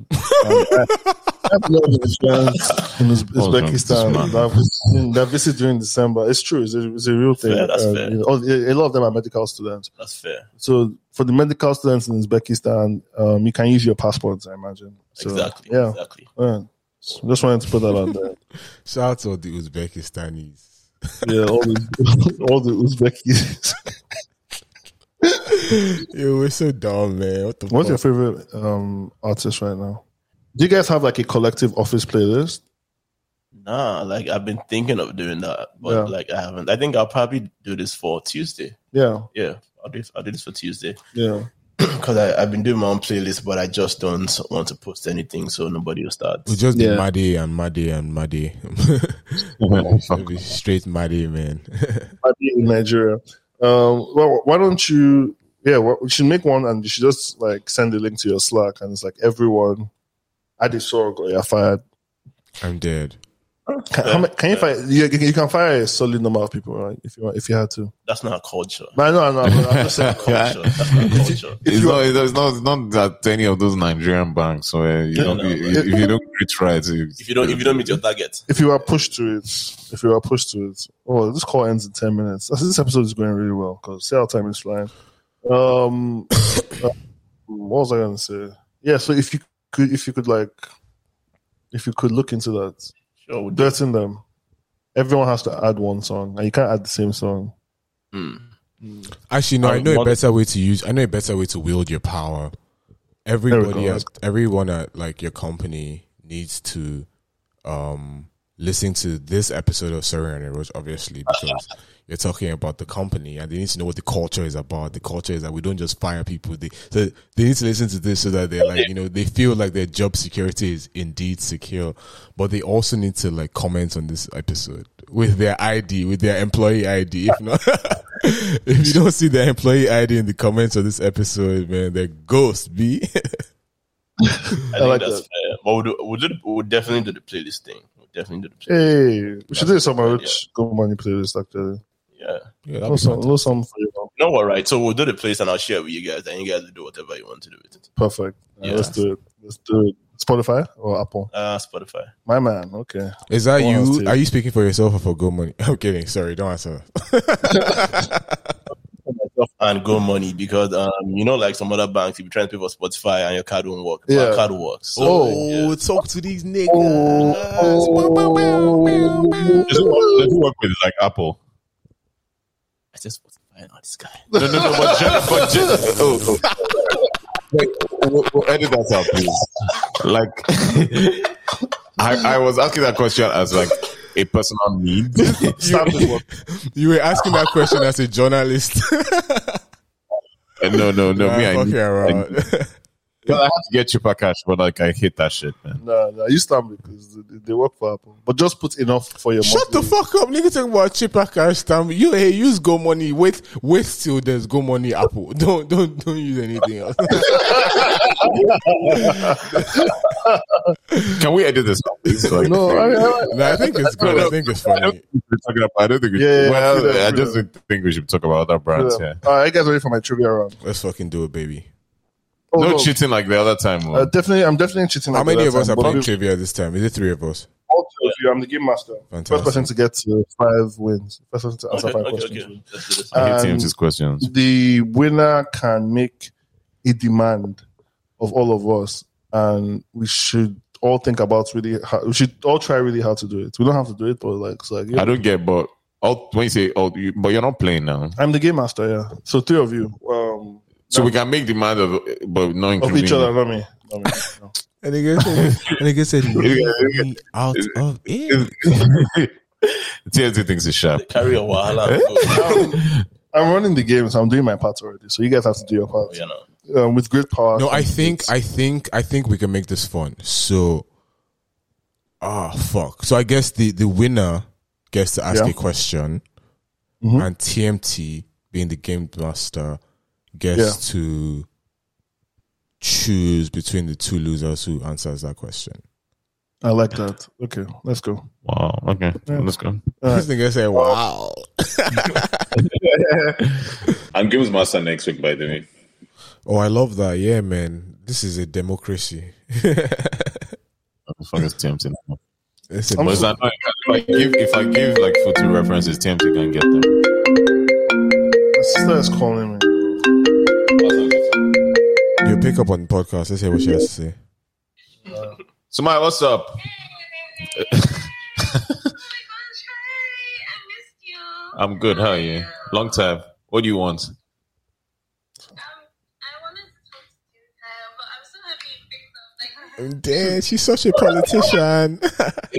Speaker 2: Um, I, I have a lot of friends in Uz-
Speaker 5: Oh, no, this
Speaker 2: Uzbekistan that, visit, that visit during December. It's true. It's a, it's a real thing.
Speaker 6: fair, that's
Speaker 2: Uh,
Speaker 6: fair.
Speaker 2: you know, all- a lot of them are medical students.
Speaker 6: That's fair.
Speaker 2: So for the medical students in Uzbekistan, um, you can use your passports, I imagine. So,
Speaker 6: exactly.
Speaker 2: Yeah.
Speaker 6: Exactly.
Speaker 2: yeah. So just wanted to put that out there.
Speaker 3: shout out to all the Uzbekistanis.
Speaker 2: Yeah, all the all the Uzbekis.
Speaker 3: Yo, we're so dumb, man. What the
Speaker 2: What's your
Speaker 3: fuck?
Speaker 2: favorite um, artist right now? Do you guys have like a collective office playlist?
Speaker 6: Nah, like I've been thinking of doing that, but
Speaker 2: Yeah.
Speaker 6: like I haven't. I think I'll probably do this for Tuesday.
Speaker 2: Yeah,
Speaker 6: Yeah, I'll do I'll do this for Tuesday
Speaker 2: yeah.
Speaker 6: because I've been doing my own playlist, but I just don't want to post anything, so nobody will start.
Speaker 3: It's just be
Speaker 2: Yeah.
Speaker 3: Maddie and Maddie and Maddie. It'll be straight Maddie, man.
Speaker 2: I'd be in Nigeria. Um, well, why don't you? Yeah, well, we should make one, and you should just like send the link to your Slack, and it's like everyone. Add a song or you're fired.
Speaker 3: I'm dead.
Speaker 2: Can, how many- can you fire? You, you can fire a solid number of people, right? If you want, if you had to.
Speaker 6: That's not a culture.
Speaker 2: But I know, I know. but I'm just saying,
Speaker 6: Culture. That's not culture.
Speaker 5: It's not, it's not, it's not that any of those Nigerian banks where you don't,
Speaker 6: no,
Speaker 5: you- if you don't treat right, you,
Speaker 6: If you don't if you don't meet your target,
Speaker 2: if you are pushed to it, if you are pushed to it, oh, this call ends in ten minutes. This episode is going really well because see how time is flying. Um, uh, what was I going to say? Yeah, so if you could, if you could like, if you could look into that,
Speaker 6: sure. we'll do it.
Speaker 2: dirting them. Everyone has to add one song, and you can't add the same song.
Speaker 6: Mm.
Speaker 3: Actually, no, I
Speaker 5: Um,
Speaker 3: know a
Speaker 5: what-
Speaker 3: better way to use. I know a better way to wield your power. Everybody,
Speaker 2: go.
Speaker 3: at, everyone at like your company needs to um listen to this episode of Sorry on the Road, obviously, because you're talking about the company and they need to know what the culture is about. The culture is that we don't just fire people. They, so they need to listen to this so that they're like, you know, they feel like their job security is indeed secure, but they also need to like comment on this episode with their ID, with their employee ID. If not, if you don't see their employee ID in the comments of this episode, man, they're ghost, B.
Speaker 6: I, think
Speaker 2: like
Speaker 6: that's fair. But we'll, do, we'll, do, the- we'll definitely do the playlist thing. We'll definitely do the playlist.
Speaker 2: Hey, we should do some of Rich Go Money playlist uh, actually.
Speaker 6: Yeah.
Speaker 3: yeah, that'd
Speaker 2: Know
Speaker 3: be
Speaker 2: some,
Speaker 3: fantastic.
Speaker 2: know some for you. man.
Speaker 6: You know what, right? So we'll do the playlist and I'll share with you guys. And you guys will do whatever you want to do with it.
Speaker 2: Perfect. Yeah, let's do it. Let's do it. Spotify or Apple?
Speaker 6: Uh, Spotify.
Speaker 2: My man. Okay.
Speaker 3: Is that
Speaker 2: Go on,
Speaker 3: you?
Speaker 2: Steve.
Speaker 3: Are you speaking for yourself or for good money? I'm kidding. Sorry, don't answer.
Speaker 6: and Go Money because um, you know, like some other banks, if you try to pay for Spotify and your card won't work, my
Speaker 2: Yeah.
Speaker 6: card works. So, yeah.
Speaker 3: talk to these niggas.
Speaker 5: Does it work, does it work with like Apple?
Speaker 6: I said Spotify and all this guy.
Speaker 5: No, no, no. But, gen- but gen- oh, oh. Wait, we'll, we'll edit that out, please. Like, I, I was asking that question as like a personal need.
Speaker 2: Stop this one.
Speaker 3: You were asking that question as a journalist.
Speaker 5: Uh, no, no, no. me, I
Speaker 3: Fuck
Speaker 5: need,
Speaker 3: you around.
Speaker 5: I have to get cheaper cash, but like I hate that shit, man.
Speaker 2: No, no, you stop because they, they work for Apple. But just put enough for your
Speaker 3: Shut the
Speaker 2: monthly-
Speaker 3: fuck up, nigga. Talking about cheaper cash stamp. You hey, use go money. Wait, wait till there's go money. Apple. Don't don't don't use anything else.
Speaker 5: Can we edit this out, please? Like,
Speaker 2: No, I, I,
Speaker 3: no, I think it's good. I think it's funny.
Speaker 5: we're talking about, I don't think we
Speaker 2: Yeah, yeah,
Speaker 5: well,
Speaker 2: yeah, yeah.
Speaker 5: I just don't think we should talk about other brands. Yeah,
Speaker 2: All right, guys, ready for my trivia round?
Speaker 3: Let's fucking do it, baby.
Speaker 2: Oh,
Speaker 5: no, cheating like the other time.
Speaker 2: Uh,
Speaker 5: man.
Speaker 2: definitely, I'm definitely cheating.
Speaker 3: How
Speaker 2: after
Speaker 3: many
Speaker 2: that
Speaker 3: of us
Speaker 2: time,
Speaker 3: are
Speaker 2: but
Speaker 3: playing
Speaker 2: we've-
Speaker 3: trivia this time? Is it three of us?
Speaker 2: all two of you, I'm the game master. First
Speaker 3: Fantastic.
Speaker 2: person to get to five wins. First person to answer
Speaker 6: Okay,
Speaker 2: five
Speaker 6: okay,
Speaker 2: questions.
Speaker 6: okay. Let's do this.
Speaker 5: I hate
Speaker 2: and-
Speaker 5: James's questions.
Speaker 2: The winner can make a demand of all of us, and we should all think about really. How, we should all try really hard to do it. We don't have to do it, but like, it's like yeah.
Speaker 5: I don't get, but all, when you say, oh, you, but you're not playing now.
Speaker 2: I'm the game master. Yeah, so three of you. Um,
Speaker 5: So
Speaker 2: No.
Speaker 5: we can make demand of, but not
Speaker 2: of
Speaker 5: including
Speaker 2: each other, not me. Not me. No.
Speaker 3: And nigga said, and nigga said,
Speaker 5: "Leave
Speaker 3: me out of it.
Speaker 5: TNT thinks it's sharp.
Speaker 6: Carry a wahala. and go.
Speaker 2: I'm running the game, so I'm doing my part already. So you guys have to do your part.
Speaker 6: you know.
Speaker 2: Um, with great power.
Speaker 3: No, I
Speaker 2: comes
Speaker 3: think, I think, I think we can make this fun. So, ah, fuck. So I guess the the winner gets to ask
Speaker 2: Yeah.
Speaker 3: a question,
Speaker 2: Mhm.
Speaker 3: and TMT, being the game master, gets
Speaker 2: Yeah.
Speaker 3: to choose between the two losers who answers that question.
Speaker 2: I like that. Okay, let's go.
Speaker 5: Wow. Okay.
Speaker 2: Yeah.
Speaker 5: Let's go.
Speaker 2: Right.
Speaker 3: This nigga said, "Wow."
Speaker 5: I'm Games Master next week, by the way.
Speaker 3: Oh, I love that. Yeah, man. This is a democracy.
Speaker 5: What the fuck is TMT? now?
Speaker 3: It's a
Speaker 5: But it's annoying. If I give, if I give like photo references, TMT can get them.
Speaker 2: My sister is calling me.
Speaker 3: You pick up on the podcast. Let's hear what she has to say.
Speaker 5: So, my, what's up? I'm good. How are you? Long time. What do you want?
Speaker 3: Damn, she's such a politician.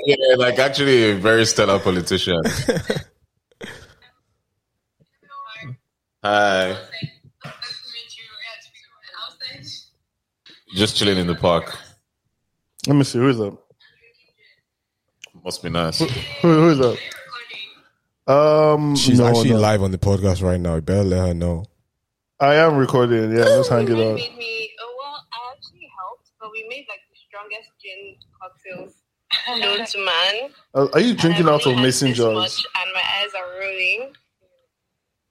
Speaker 5: Yeah, like actually a very stellar politician. Hi. Just chilling in the park.
Speaker 2: Let me see. Who is that?
Speaker 5: Must be nice.
Speaker 2: Who, who is that? Um,
Speaker 3: she's
Speaker 2: no,
Speaker 3: actually
Speaker 2: no.
Speaker 3: live on the podcast right now. You better let her know.
Speaker 2: I am recording. Yeah, let's hang it out.
Speaker 9: made me. Oh well, I actually helped, but we made like the strongest gin cocktails known to man.
Speaker 2: Are- Are you drinking
Speaker 9: And I
Speaker 2: out of
Speaker 9: only had
Speaker 2: mason
Speaker 9: this
Speaker 2: jars?
Speaker 9: much, And my eyes are rolling.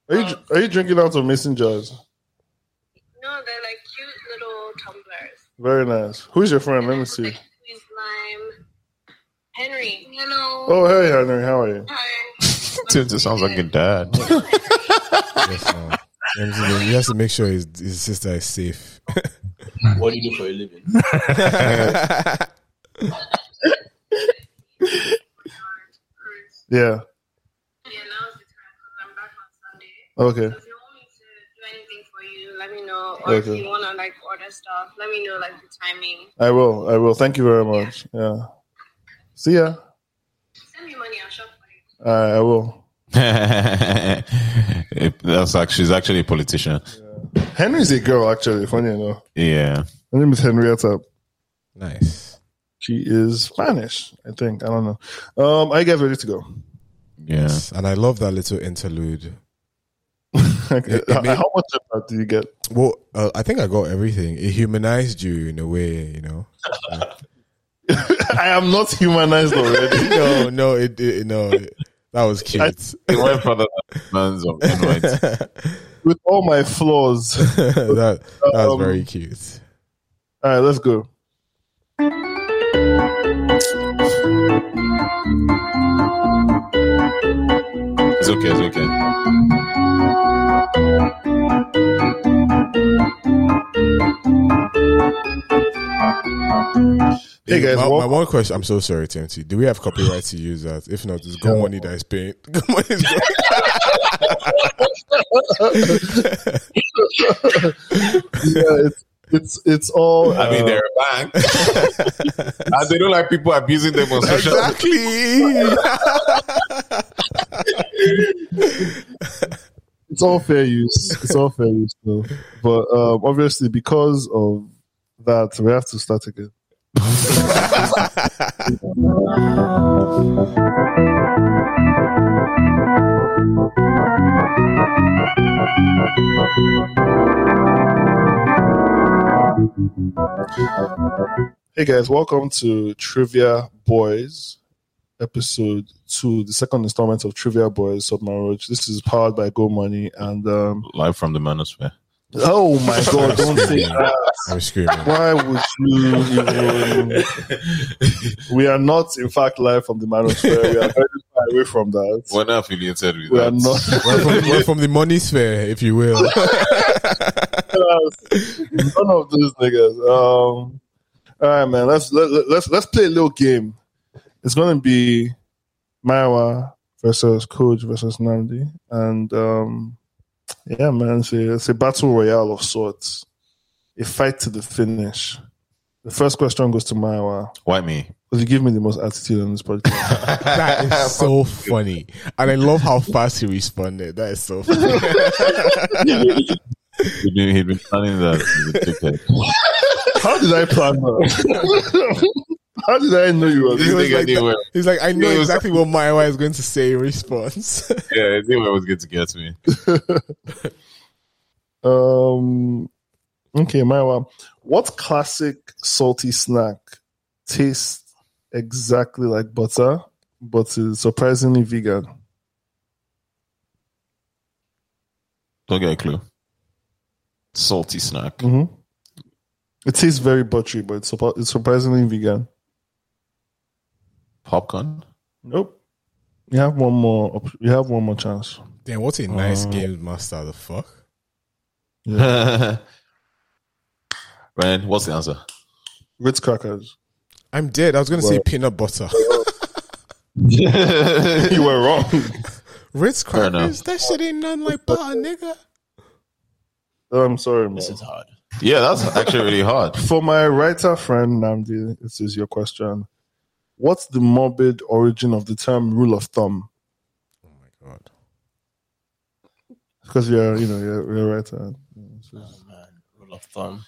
Speaker 2: Are you are you drinking out of mason jars?
Speaker 9: No, they're like cute little tumblers.
Speaker 2: Very nice. Who's your friend? Let me see.
Speaker 9: Squeeze lime. Henry. Hello.
Speaker 2: Oh, hey, Henry, how are you?
Speaker 9: Hi.
Speaker 5: TMT sounds like a dad.
Speaker 3: Yes, ma'am. And she goes, He has to make sure his, his sister is safe.
Speaker 6: What do you do for a living?
Speaker 2: Yeah.
Speaker 9: Yeah, now's the time 'cause I'm back on Sunday.
Speaker 2: Okay.
Speaker 9: If you want me to do anything for you, let me know. Or
Speaker 2: Okay.
Speaker 9: if you want to like order stuff, let me know like the timing.
Speaker 2: I will. I will. Thank you very much. Yeah. See ya.
Speaker 9: Send me money, I'll shop for you.
Speaker 2: Uh, I will.
Speaker 5: That's actually, she's actually a politician.
Speaker 2: Henry's a girl, actually. Funny enough,
Speaker 5: Yeah.
Speaker 2: her name is Henrietta.
Speaker 3: Nice.
Speaker 2: She is Spanish, I think. I don't know. Um, are you guys ready to go?
Speaker 5: Yeah.
Speaker 3: And I love that little interlude.
Speaker 2: Okay.
Speaker 3: it may-
Speaker 2: How much of that do you get?
Speaker 3: Well, uh, I think I got everything. It humanized you in a way, you know.
Speaker 2: I am not humanized already.
Speaker 3: no, no, it, it no. it- that was cute.
Speaker 5: They went for the man's of invite.
Speaker 2: With all my flaws.
Speaker 3: that, that was
Speaker 2: Um,
Speaker 3: very cute.
Speaker 2: All right, let's go.
Speaker 5: It's okay, it's okay.
Speaker 2: Hey, guys,
Speaker 3: my,
Speaker 2: wel-
Speaker 3: my one question. I'm so sorry, TMT. Do we have copyright to use that? If not, it's good money that is paying. Good money is good.
Speaker 2: Yeah, it's it's it's all.
Speaker 5: I mean, they're a bank. and they don't like people abusing them on social media.
Speaker 3: exactly.
Speaker 2: it's all fair use. It's all fair use, though. But um, obviously, because of that, we have to start again. Hey guys, welcome to Trivia Boys, episode two, the second installment of Trivia Boys Submarriage. This is powered by Go Money, and um,
Speaker 5: Live from the manosphere.
Speaker 2: oh my god, don't say that.
Speaker 3: I'm screaming.
Speaker 2: Why would you even? We are not, in fact, live from the manosphere. We are very far away from that.
Speaker 5: We're not affiliated with
Speaker 2: we
Speaker 5: that.
Speaker 2: are not.
Speaker 3: We're from, we're from the money sphere, if you will.
Speaker 2: None of those niggas. Um, all right, man. Let's let, let- let's let's play a little game. It's gonna be Marwa versus Coach versus Namdi, and um, yeah, man. It's a, it's a battle royale of sorts. A fight to the finish. The first question goes to Marwa
Speaker 5: Why me?
Speaker 2: because you give me the most attitude on this podcast.
Speaker 3: That is so funny. And I love how fast he responded. That is so funny.
Speaker 5: He'd been, he'd been planning that. He's a dickhead.
Speaker 2: How did I plan that? How did I know you were?
Speaker 5: This
Speaker 3: was
Speaker 5: nigga
Speaker 3: like
Speaker 5: knew
Speaker 3: that-
Speaker 5: where,
Speaker 3: He's like, I know
Speaker 5: It was-
Speaker 3: exactly what Maiwa is going to say in response.
Speaker 5: yeah, he knew where it was going to get me.
Speaker 2: Um, okay, Marwa. What classic salty snack tastes exactly like butter, but is surprisingly vegan?
Speaker 5: Don't get a clue. Salty snack.
Speaker 2: hmm It tastes very buttery, but it's, suppo- it's surprisingly vegan.
Speaker 5: Popcorn?
Speaker 2: Nope. You have one more. Op- you have one more chance.
Speaker 3: Damn, what a nice
Speaker 2: Uh.
Speaker 3: game master. The fuck?
Speaker 5: Ryan, what's the answer?
Speaker 2: Ritz crackers.
Speaker 3: I'm dead. I was going to say peanut butter.
Speaker 2: you were wrong.
Speaker 3: Ritz crackers? That
Speaker 5: enough.
Speaker 3: shit ain't nothing like butter, nigga.
Speaker 2: Oh, I'm sorry, man.
Speaker 6: This is hard.
Speaker 5: Yeah, that's actually really hard.
Speaker 2: For my writer friend Namdi, this is your question. What's the morbid origin of the term "rule of thumb"?
Speaker 3: Oh my god.
Speaker 2: Because you're, you know, you're, you're a writer.
Speaker 6: Oh, man. Rule of thumb.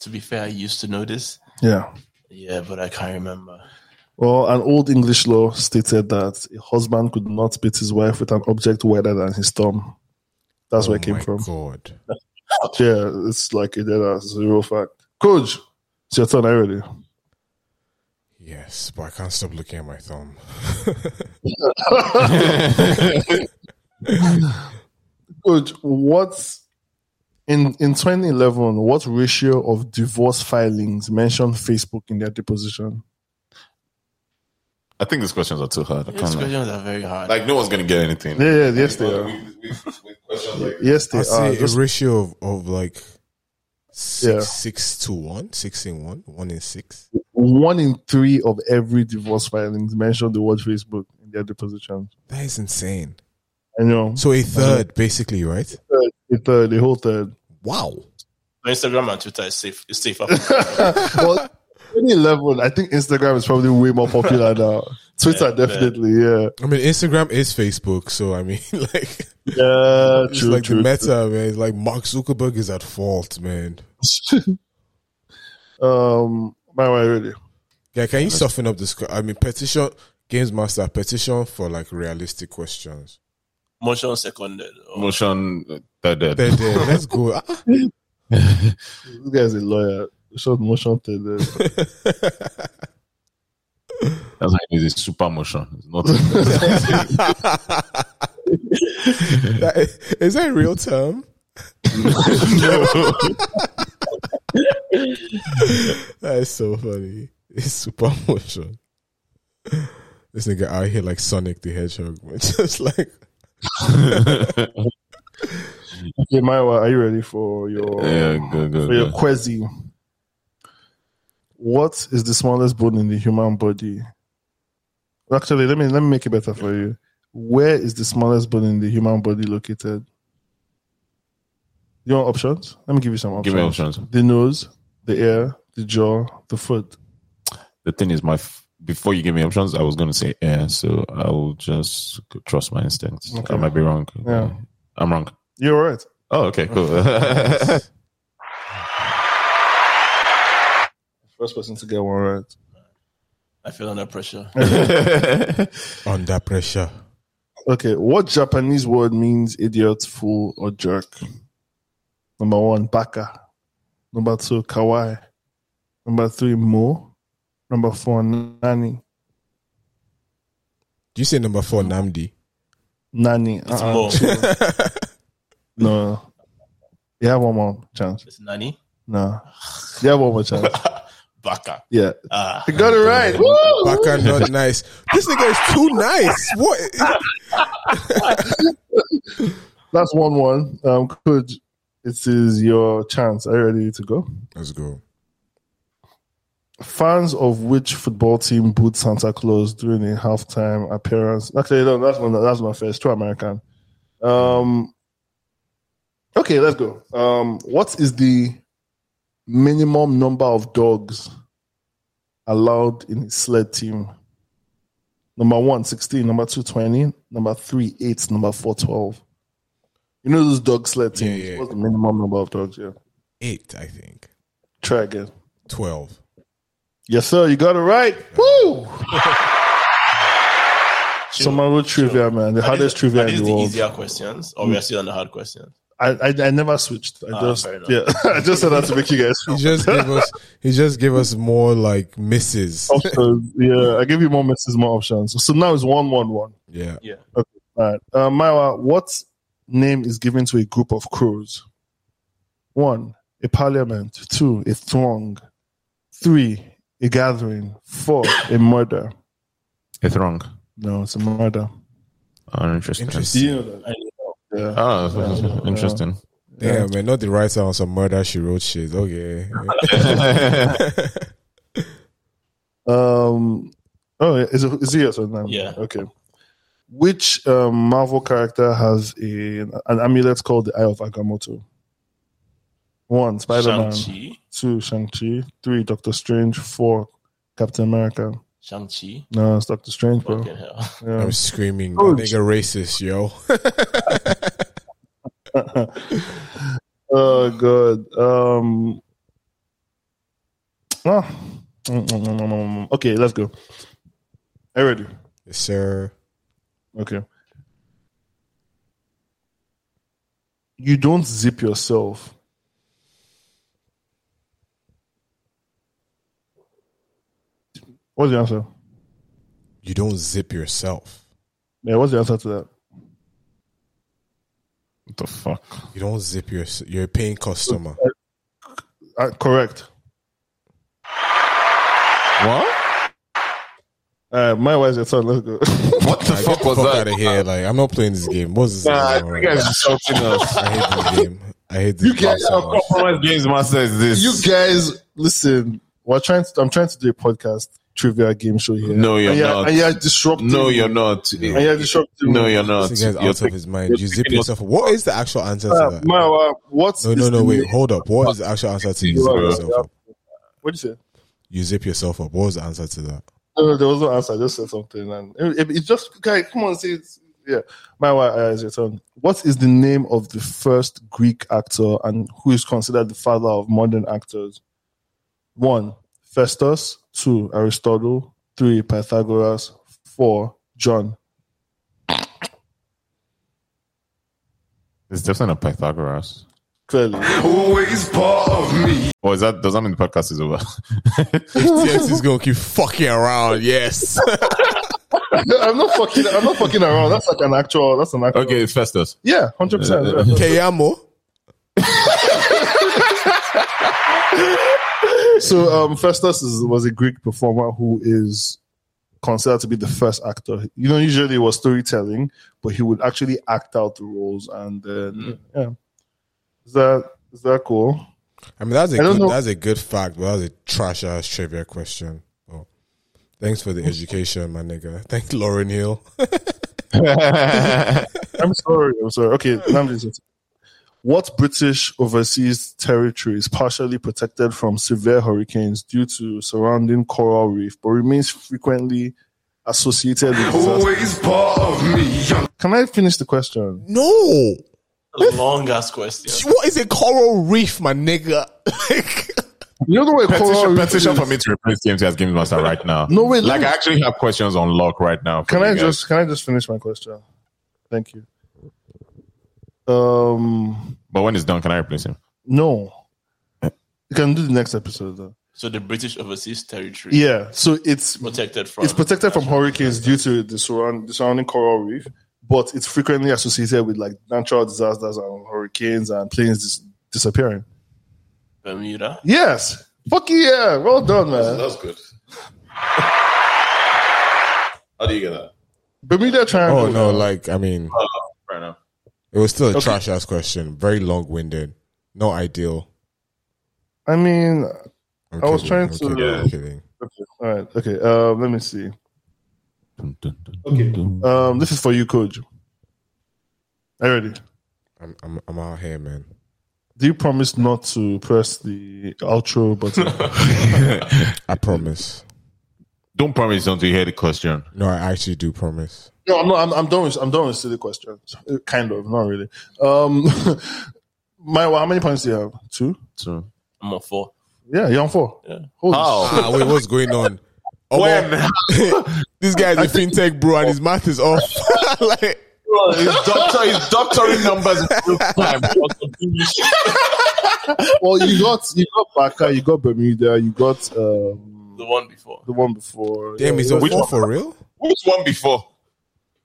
Speaker 6: To be fair, I used to know this.
Speaker 2: Yeah.
Speaker 6: Yeah, but I can't remember.
Speaker 2: Well, an old English law stated that a husband could not beat his wife with an object wider than his thumb. That's where it came
Speaker 3: Oh my
Speaker 2: from.
Speaker 3: god.
Speaker 2: Yeah, it's like a dead ass. It's a real fact. Coach, it's your turn already.
Speaker 3: Yes, but I can't stop looking at my thumb.
Speaker 2: Coach, what in in 2011? What ratio of divorce filings mentioned Facebook in their deposition?
Speaker 5: I think these questions are too hard. I
Speaker 6: These
Speaker 5: can't lie.
Speaker 6: questions are very hard.
Speaker 5: Like, no one's going to get anything.
Speaker 2: Yeah, yeah, yes, they are. Yes, they
Speaker 3: I
Speaker 2: are.
Speaker 3: see a
Speaker 2: Just-
Speaker 3: ratio of, of like six,
Speaker 2: Yeah.
Speaker 3: six to one, six in one, one in six.
Speaker 2: one in three of every divorce filings mentioned the word Facebook in their deposition.
Speaker 3: That is insane.
Speaker 2: I know.
Speaker 3: So a third, basically, right?
Speaker 2: A third, a whole third.
Speaker 3: Wow.
Speaker 6: Instagram and Twitter is safe. Is safe.
Speaker 2: well, 2011, I think Instagram is probably way more popular now. Twitter, definitely, yeah.
Speaker 3: I mean, Instagram is Facebook, so I mean, like,
Speaker 2: Yeah,
Speaker 3: it's
Speaker 2: true,
Speaker 3: like
Speaker 2: true,
Speaker 3: the meta, man. It's like Mark Zuckerberg is at fault, man.
Speaker 2: true. Um, my way, really.
Speaker 3: Yeah, can you soften up this? I mean, petition games master petition for like realistic questions.
Speaker 6: Motion seconded. Oh,
Speaker 5: Motion uh, that that-
Speaker 3: They're there. Let's go. Ah.
Speaker 2: This guy's a lawyer. Short motion to the
Speaker 5: That's like it's a super motion. It's not
Speaker 3: That is, is that a real term? that is so funny. It's super motion. This nigga out here like Sonic the Hedgehog, man. just like
Speaker 2: Okay, Maiwa, are you ready for your
Speaker 5: yeah, go go
Speaker 2: for your
Speaker 5: go.
Speaker 2: quasi? What is the smallest bone in the human body? Actually, let me let me make it better for you. Where is the smallest bone in the human body located? You want options? Let me give you some options.
Speaker 5: Give me options.
Speaker 2: The nose, the ear, the jaw, the foot.
Speaker 5: The thing is, my f- before you give me options, I was gonna say yeah, so I will just go trust my instincts.
Speaker 2: Okay.
Speaker 5: I might be wrong.
Speaker 2: Yeah.
Speaker 5: I'm wrong.
Speaker 2: You're right.
Speaker 5: Oh, okay, cool.
Speaker 2: First person to get one right.
Speaker 6: I feel under pressure.
Speaker 3: under pressure.
Speaker 2: Okay, what Japanese word means idiot, fool, or jerk? Number one, baka. Number two, kawaii. Number three, mo. Number four, nani.
Speaker 3: Do you say number four, Namdi?
Speaker 2: Nani.
Speaker 6: It's
Speaker 2: Uh-uh.
Speaker 6: more.
Speaker 2: No. You have one more chance.
Speaker 6: It's nanny.
Speaker 2: No. You have one more chance.
Speaker 6: Baka.
Speaker 2: Yeah.
Speaker 6: Ah,
Speaker 2: You got it right. Woo!
Speaker 3: Baka
Speaker 5: Oh.
Speaker 3: not nice. This nigga is too nice. What?
Speaker 2: That's 1 1. Um, Could, it is your chance. Are you ready to go?
Speaker 3: Let's go.
Speaker 2: fans of which football team booed Santa Claus during a halftime appearance? Actually, no, that's not that's not fair. It's true American. Um, okay, let's go. Um, what is the minimum number of dogs allowed in a sled team? Number one, 16. Number two, 20. Number three, 8. Number four, 12. You know those dog sled
Speaker 3: Yeah,
Speaker 2: teams?
Speaker 3: yeah.
Speaker 2: What's the minimum number of dogs? Yeah.
Speaker 3: Eight, I think.
Speaker 2: Try again.
Speaker 3: Twelve.
Speaker 2: Yes, sir. You got it right. Woo! Summary trivia, man. The
Speaker 6: Are these-
Speaker 2: hardest trivia
Speaker 6: are these
Speaker 2: in the
Speaker 6: the
Speaker 2: world.
Speaker 6: easier questions, or we are still on the hard questions.
Speaker 2: I, I I never switched. I
Speaker 6: Ah,
Speaker 2: just
Speaker 6: fair enough.
Speaker 2: yeah. I just said that to make you guys.
Speaker 3: He
Speaker 2: feel
Speaker 3: just gave us. He just gave us more like misses.
Speaker 5: Oh.
Speaker 2: options. Yeah, I give you more misses, more options. So now it's one, one, one.
Speaker 3: Yeah.
Speaker 2: All right, uh, Maiwa. What name is given to a group of crows? One, a parliament. Two, a throng. Three, a gathering. Four, a murder.
Speaker 5: it's wrong.
Speaker 2: No, it's a murder.
Speaker 5: Oh, interesting.
Speaker 3: Interesting.
Speaker 2: know that? Yeah.
Speaker 5: Oh, interesting.
Speaker 3: Damn, man, not the writer on some murder she wrote shit. Okay.
Speaker 2: Um. Oh, is it, is it yes or no?
Speaker 6: Yeah.
Speaker 2: Okay. Which um, Marvel character has a, an amulet called the Eye of Agamotto? One, Spider Man.
Speaker 6: Shang-Chi.
Speaker 2: Two, Shang-Chi. Three, Doctor Strange. Four, Captain America.
Speaker 6: Shang-Chi.
Speaker 2: No, it's Doctor Strange, bro.
Speaker 6: Fucking hell.
Speaker 2: Yeah.
Speaker 3: I'm screaming, that
Speaker 2: Oh,
Speaker 3: nigga racist, yo.
Speaker 2: oh, God. Um, ah. Mm, mm, mm, mm, mm. Okay, let's go. Are you ready?
Speaker 3: yes, sir.
Speaker 2: Okay. You don't zip yourself. What's the answer?
Speaker 3: You don't zip yourself.
Speaker 2: Yeah, what's the answer to that?
Speaker 5: What the fuck?
Speaker 3: You don't zip your. You're a paying customer.
Speaker 2: Uh, correct.
Speaker 5: What?
Speaker 2: Uh, my wife's your turn. Let's go.
Speaker 5: What the
Speaker 3: Like,
Speaker 5: fuck
Speaker 3: get the
Speaker 5: was
Speaker 3: fuck
Speaker 5: that?
Speaker 3: out of here! Like I'm not playing this game. What's this?
Speaker 5: Nah, I
Speaker 3: game?
Speaker 5: think guys are helping us.
Speaker 3: I hate this game. I hate this
Speaker 2: You
Speaker 3: game.
Speaker 2: guys
Speaker 3: so
Speaker 2: are
Speaker 3: much.
Speaker 5: Compromise games master is this?
Speaker 2: you guys, listen. We're trying. To, I'm trying to do a podcast trivia game show here.
Speaker 5: No, you're
Speaker 2: and you're,
Speaker 5: not.
Speaker 2: And you're disrupting.
Speaker 5: no,
Speaker 2: me.
Speaker 5: you're not.
Speaker 2: And you're disrupting.
Speaker 5: No,
Speaker 2: me.
Speaker 5: you're not.
Speaker 3: This guy's
Speaker 5: You're
Speaker 3: out of
Speaker 5: taking-
Speaker 3: his mind. You zip
Speaker 5: taking-
Speaker 3: yourself. What is the actual answer
Speaker 2: Uh,
Speaker 3: to that?
Speaker 2: my wife, what's
Speaker 3: No, no,
Speaker 2: is
Speaker 3: no.
Speaker 2: the
Speaker 3: Wait,
Speaker 2: name?
Speaker 3: hold up. What is the actual answer to you zip
Speaker 2: Bro,
Speaker 3: yourself?
Speaker 2: What'd you say?
Speaker 3: you zip yourself up. What was the answer to that?
Speaker 2: No, no, there was no answer. I just said something, and it, it- it's just guy. Come on, say it's yeah. My wife uh, is your turn. What is the name of the first Greek actor and who is considered the father of modern actors? One, Festus. Two, Aristotle. Three, Pythagoras. Four, John.
Speaker 5: It's definitely not Pythagoras.
Speaker 2: Clearly,
Speaker 5: Always part of me. Oh, is that does that mean the podcast is over?
Speaker 3: TX is gonna keep fucking around. Yes.
Speaker 2: No, I'm not fucking. I'm not fucking around. That's like an actual. That's an actual.
Speaker 5: okay, it's Festus.
Speaker 2: Yeah, hundred
Speaker 3: uh,
Speaker 2: percent.
Speaker 3: Keyamo.
Speaker 2: So um, Festus is, was a Greek performer who is considered to be the first actor. You know, usually it was storytelling, but he would actually act out the roles. And then, yeah, is that is that cool?
Speaker 3: I mean, that's a
Speaker 2: I don't
Speaker 3: good,
Speaker 2: know.
Speaker 3: that's a good fact, but that's a trash ass trivia question. Oh, thanks for the education, my nigga. Thank Lauren Hill.
Speaker 2: I'm sorry. I'm sorry. Okay, Namdi says, what British overseas territory is partially protected from severe hurricanes due to surrounding coral reef, but remains frequently associated with disaster?
Speaker 5: part of me.
Speaker 2: Can I finish the question?
Speaker 3: No,
Speaker 6: Long ass question.
Speaker 3: what is a coral reef, my nigga? Like,
Speaker 2: You know what coral
Speaker 5: Petition,
Speaker 2: reef
Speaker 5: petition
Speaker 2: is?
Speaker 5: for me to replace TMT as Game Master right now.
Speaker 2: No, wait, let
Speaker 5: Like,
Speaker 2: me-
Speaker 5: I actually have questions on lock right now. for
Speaker 2: Can
Speaker 5: you
Speaker 2: I
Speaker 5: guys.
Speaker 2: just can I just finish my question? Thank you. Um,
Speaker 5: But when it's done, can I replace him?
Speaker 2: no, you can do the next episode though.
Speaker 6: So the British Overseas Territory
Speaker 2: Yeah, so it's
Speaker 6: protected from
Speaker 2: it's protected from hurricanes due to the surround the surrounding coral reef, but it's frequently associated with like natural disasters and hurricanes and planes dis- disappearing.
Speaker 6: Bermuda.
Speaker 2: Yes, fuck yeah, well done, man.
Speaker 5: was good. How do you get that?
Speaker 2: Bermuda Triangle.
Speaker 3: oh no, like I mean,
Speaker 5: Oh, Fair enough.
Speaker 3: it was still a trash ass question. Very long winded. Not ideal.
Speaker 2: I mean,
Speaker 3: I'm
Speaker 2: I was trying
Speaker 3: I'm
Speaker 2: to-
Speaker 3: Kidding, I'm kidding.
Speaker 2: okay, all right, okay. Um, let me see. Um, this is for you, Coach. Are you ready?
Speaker 3: I'm, I'm, I'm out here, man.
Speaker 2: Do you promise not to press the outro button?
Speaker 3: I promise.
Speaker 5: Don't promise until you hear the question.
Speaker 3: No, I actually do promise.
Speaker 2: no, I'm not. I'm, I'm done. With, I'm done with silly questions. Uh, Kind of, not really. Um, my, how many points do you have? Two.
Speaker 5: So
Speaker 6: I'm on four.
Speaker 2: Yeah, you're on four.
Speaker 6: Yeah.
Speaker 2: Holy shit.
Speaker 3: Ah, wait, what's going on? Oh, well, this guy's a fintech bro, and his math is off. like,
Speaker 5: his doctor, his doctoring numbers.
Speaker 2: Well, you got you got Baka, you got Bermuda, you got um,
Speaker 6: The one before.
Speaker 2: the one before.
Speaker 3: damn,
Speaker 2: Yeah,
Speaker 3: is
Speaker 2: yeah.
Speaker 3: it
Speaker 5: Which
Speaker 3: four
Speaker 5: one?
Speaker 3: for real?
Speaker 5: Which one before?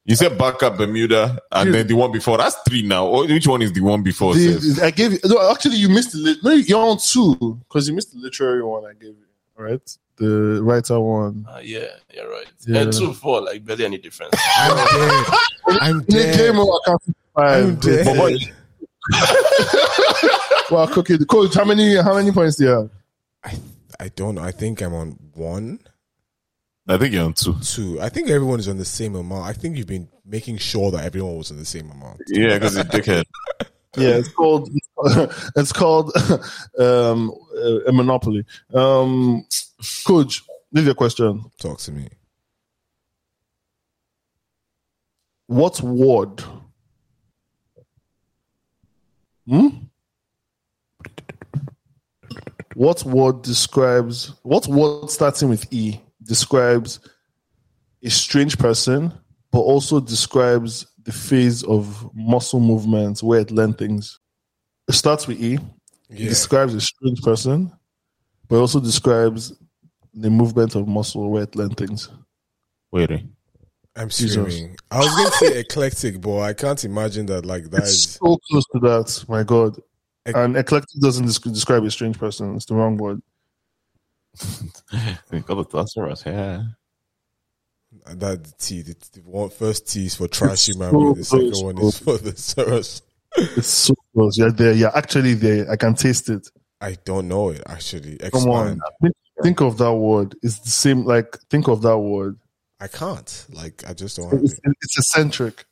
Speaker 5: You said back up Bermuda, and
Speaker 2: Dude.
Speaker 5: then the one before. That's three now. Oh, Which one is the one before?
Speaker 2: The-
Speaker 5: sis?
Speaker 2: I gave you. No, actually, you missed the. Lit- no, you're on two because you missed the literary one I gave you. All right, the writer one.
Speaker 6: Uh, yeah, you're right.
Speaker 2: Yeah.
Speaker 6: And two four, like barely any difference.
Speaker 3: I'm dead. I'm
Speaker 2: Yeah. Game
Speaker 3: dead.
Speaker 2: over. I can't see five.
Speaker 3: I'm dead.
Speaker 2: Well, cookie, the coach. How many? How many points do you have?
Speaker 3: I, I don't know. I think I'm on one,
Speaker 5: I think you're on two.
Speaker 3: two. I think everyone is on the same amount. I think you've been making sure that everyone was on the same amount.
Speaker 5: Yeah, because it's dickhead.
Speaker 2: Yeah, it's called it's called um, uh, a monopoly. Um, coach, leave your question.
Speaker 3: Talk to me.
Speaker 2: What ward? Hmm? What word describes what word starting with E describes a strange person, but also describes the phase of muscle movements where it learns things. It starts with E. It
Speaker 3: Yeah.
Speaker 2: describes a strange person, but also describes the movement of muscle where it learns things.
Speaker 5: Wait,
Speaker 3: I'm
Speaker 2: Jesus.
Speaker 3: screaming. I was going to say eclectic, but I can't imagine that like that
Speaker 2: It's
Speaker 3: is.
Speaker 2: so close to that, my God.
Speaker 3: Ec-
Speaker 2: and eclectic doesn't desc- describe a strange person. It's the wrong word.
Speaker 5: they got the Thesaurus. Yeah.
Speaker 3: That the T, the, the one, first T is for trash human
Speaker 2: so
Speaker 3: being. The second
Speaker 2: close,
Speaker 3: one
Speaker 2: bro.
Speaker 3: is for the Saurus.
Speaker 2: It's so close. You're there. You're actually there. I can taste it.
Speaker 3: I don't know it actually.
Speaker 2: Come on.
Speaker 3: Expand.
Speaker 2: Think, think of that word. It's the same. Like think of that word.
Speaker 3: I can't. Like I just don't have
Speaker 2: It's,
Speaker 3: it.
Speaker 2: it's eccentric.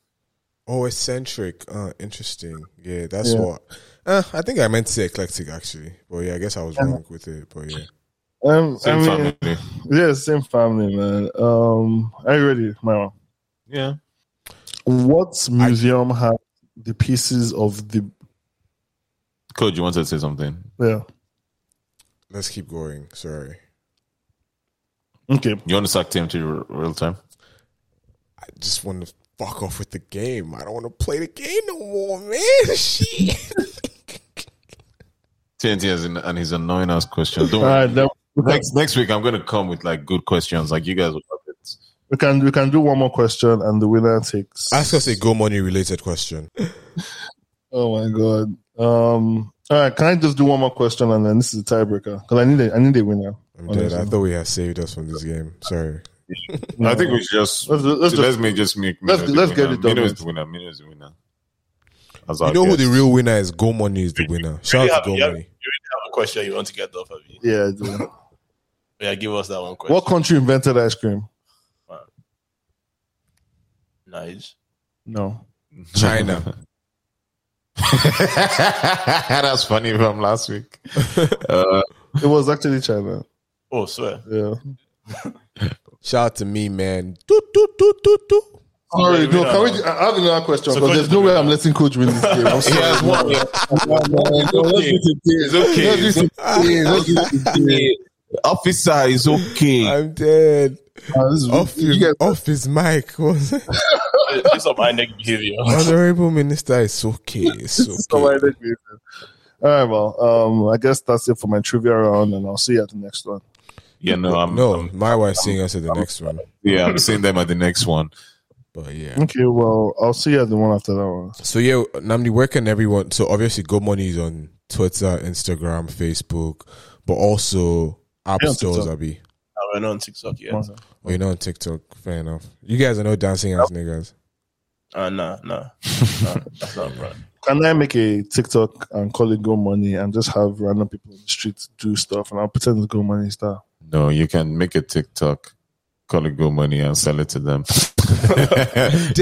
Speaker 3: Oh, eccentric. Uh, interesting. Yeah, that's ah,
Speaker 2: Yeah.
Speaker 3: what. Uh, I think I meant to say eclectic actually, but yeah, I guess I was wrong with it. But yeah,
Speaker 2: Um, I
Speaker 5: Same
Speaker 2: mean,
Speaker 5: family.
Speaker 2: Yeah, same family, man. Um, are you ready, Myron?
Speaker 5: Yeah.
Speaker 2: What museum had the pieces of the
Speaker 5: Code, you wanted to say something?
Speaker 2: yeah?
Speaker 3: Let's keep going. Sorry.
Speaker 2: Okay,
Speaker 5: You want to sack TMT re- real time?
Speaker 3: I just want to fuck off with the game. I don't want to play the game no more, man. Shit.
Speaker 5: TNT has an, and his annoying ass questions. Don't
Speaker 2: all
Speaker 5: worry.
Speaker 2: right. Then
Speaker 5: next next week I'm gonna come with like good questions. Like you guys will love it.
Speaker 2: we can we can do one more question, and the winner takes.
Speaker 3: Ask us a go money related question.
Speaker 2: Oh my god. Um. All right. Can I just do one more question, and then this is a tiebreaker because I need a, I need a winner.
Speaker 3: I'm dead. I
Speaker 2: honestly.
Speaker 3: thought we had saved us from this game. Sorry.
Speaker 5: I think we should just
Speaker 2: Let's,
Speaker 5: let's,
Speaker 2: let's just,
Speaker 5: make just make
Speaker 2: let's-
Speaker 5: Mino the
Speaker 2: let's get
Speaker 5: winner.
Speaker 2: it done
Speaker 5: Mino is
Speaker 2: with.
Speaker 5: the winner. Mino is the winner. As
Speaker 3: You
Speaker 5: our
Speaker 3: know who the
Speaker 5: guest.
Speaker 3: real winner is? Go money is the winner. Shout out to Go
Speaker 6: Yeah, yeah.
Speaker 3: money.
Speaker 6: have a question you want to get off of you.
Speaker 2: yeah. I do.
Speaker 6: Yeah, give us that one question.
Speaker 2: what country invented ice cream?
Speaker 6: nice.
Speaker 2: No.
Speaker 3: China.
Speaker 5: That's funny from last week. Uh,
Speaker 2: It was actually China.
Speaker 6: Oh, swear.
Speaker 2: Yeah.
Speaker 3: Shout out to me, man. Doot, doot, doot, doot, doot.
Speaker 2: All right.
Speaker 6: Sorry,
Speaker 2: No,
Speaker 6: winner.
Speaker 2: can we, I have another question
Speaker 6: So
Speaker 2: because
Speaker 6: Coach
Speaker 2: there's
Speaker 6: is
Speaker 2: no
Speaker 6: the
Speaker 2: way
Speaker 6: winner.
Speaker 2: I'm letting Coach win this game. I'm
Speaker 5: he
Speaker 2: sorry.
Speaker 5: has one.
Speaker 2: No, no, no, let's do it again.
Speaker 5: It's okay.
Speaker 2: Let's do it again. Let's do it again.
Speaker 5: Officer is okay.
Speaker 3: I'm dead.
Speaker 2: Ah, this is-
Speaker 3: Off,
Speaker 2: you
Speaker 3: you
Speaker 2: guys-
Speaker 3: off his mic. Was it?
Speaker 6: It's of my neck behavior.
Speaker 3: Honorable Minister, it's okay. It's
Speaker 2: So I
Speaker 3: okay.
Speaker 2: think we- All right, well, um, I guess that's it for my trivia round, and I'll see you at the next one.
Speaker 5: Yeah, no, I'm,
Speaker 3: No,
Speaker 5: I'm-
Speaker 3: my wife's seeing us at the next one.
Speaker 5: yeah, I'm seeing them at the next one.
Speaker 3: But yeah.
Speaker 2: Okay, well, I'll see you at the one after that one.
Speaker 3: So yeah, Namdi, where can everyone? So obviously, Go Money is on Twitter, Instagram, Facebook, but also app
Speaker 2: Yeah, on
Speaker 3: stores.
Speaker 2: TikTok.
Speaker 3: I'll be.
Speaker 6: I went on TikTok, yeah.
Speaker 2: Awesome.
Speaker 3: Oh, you're not on TikTok. Fair enough. You guys are no dancing ass niggas.
Speaker 6: Uh, nah, nah. nah that's not right.
Speaker 2: Can I make a TikTok and call it Go Money and just have random people in the street do stuff, and I'll pretend it's Go Money style?
Speaker 5: No, you can make a TikTok, call it Go Money, and sell it to them. Accumulate-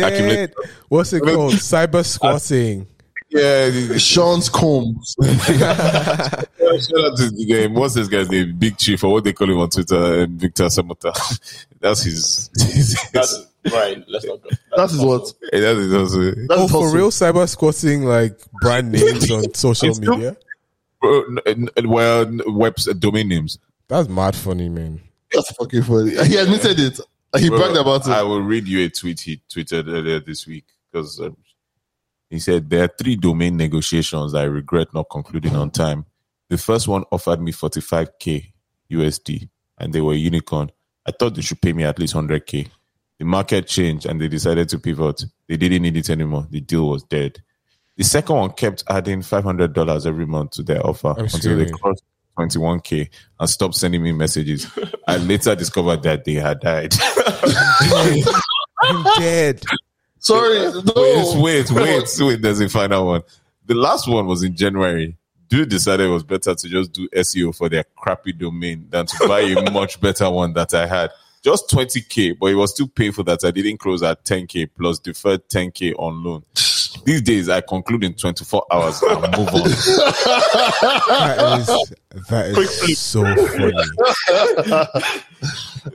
Speaker 3: Dead. What's it called? Cyber squatting.
Speaker 5: yeah,
Speaker 2: Sean's Combs.
Speaker 5: Shout out to the um, what's this guy's name? Big Chief or what they call him on Twitter, um, Victor Samota. That's his.
Speaker 6: That's right. Let's not go.
Speaker 2: That is what.
Speaker 5: Hey, Eh, that is also,
Speaker 2: That
Speaker 3: Oh,
Speaker 2: is
Speaker 3: for
Speaker 2: hustle.
Speaker 3: real? Cyber squatting like brand names on social
Speaker 5: It's-
Speaker 3: media.
Speaker 5: bro, n- n- well, n- webs uh, domain names.
Speaker 3: That's mad funny, man.
Speaker 2: That's fucking funny. He admitted it. He
Speaker 5: Bro,
Speaker 2: bragged about it.
Speaker 5: I will read you a tweet he tweeted earlier this week because um, he said there are three domain negotiations I regret not concluding on time. The first one offered me 45k USD, and they were unicorn. I thought they should pay me at least 100k. The market changed, and they decided to pivot. They didn't need it anymore. The deal was dead. The second one kept adding $500 every month to their offer
Speaker 3: I'm
Speaker 5: until they
Speaker 3: screaming.
Speaker 5: crossed 21k and stopped sending me messages. I later discovered that they had died.
Speaker 3: I'm dead.
Speaker 2: Sorry,
Speaker 5: wait,
Speaker 2: no.
Speaker 5: wait, wait, wait. There's a final one. The last one was in January. Dude decided it was better to just do SEO for their crappy domain than to buy a much better one that I had. Just 20K, but it was too painful that I didn't close at 10K plus deferred 10K on loan. These days, I conclude in 24 hours and move on.
Speaker 3: That is that is so funny.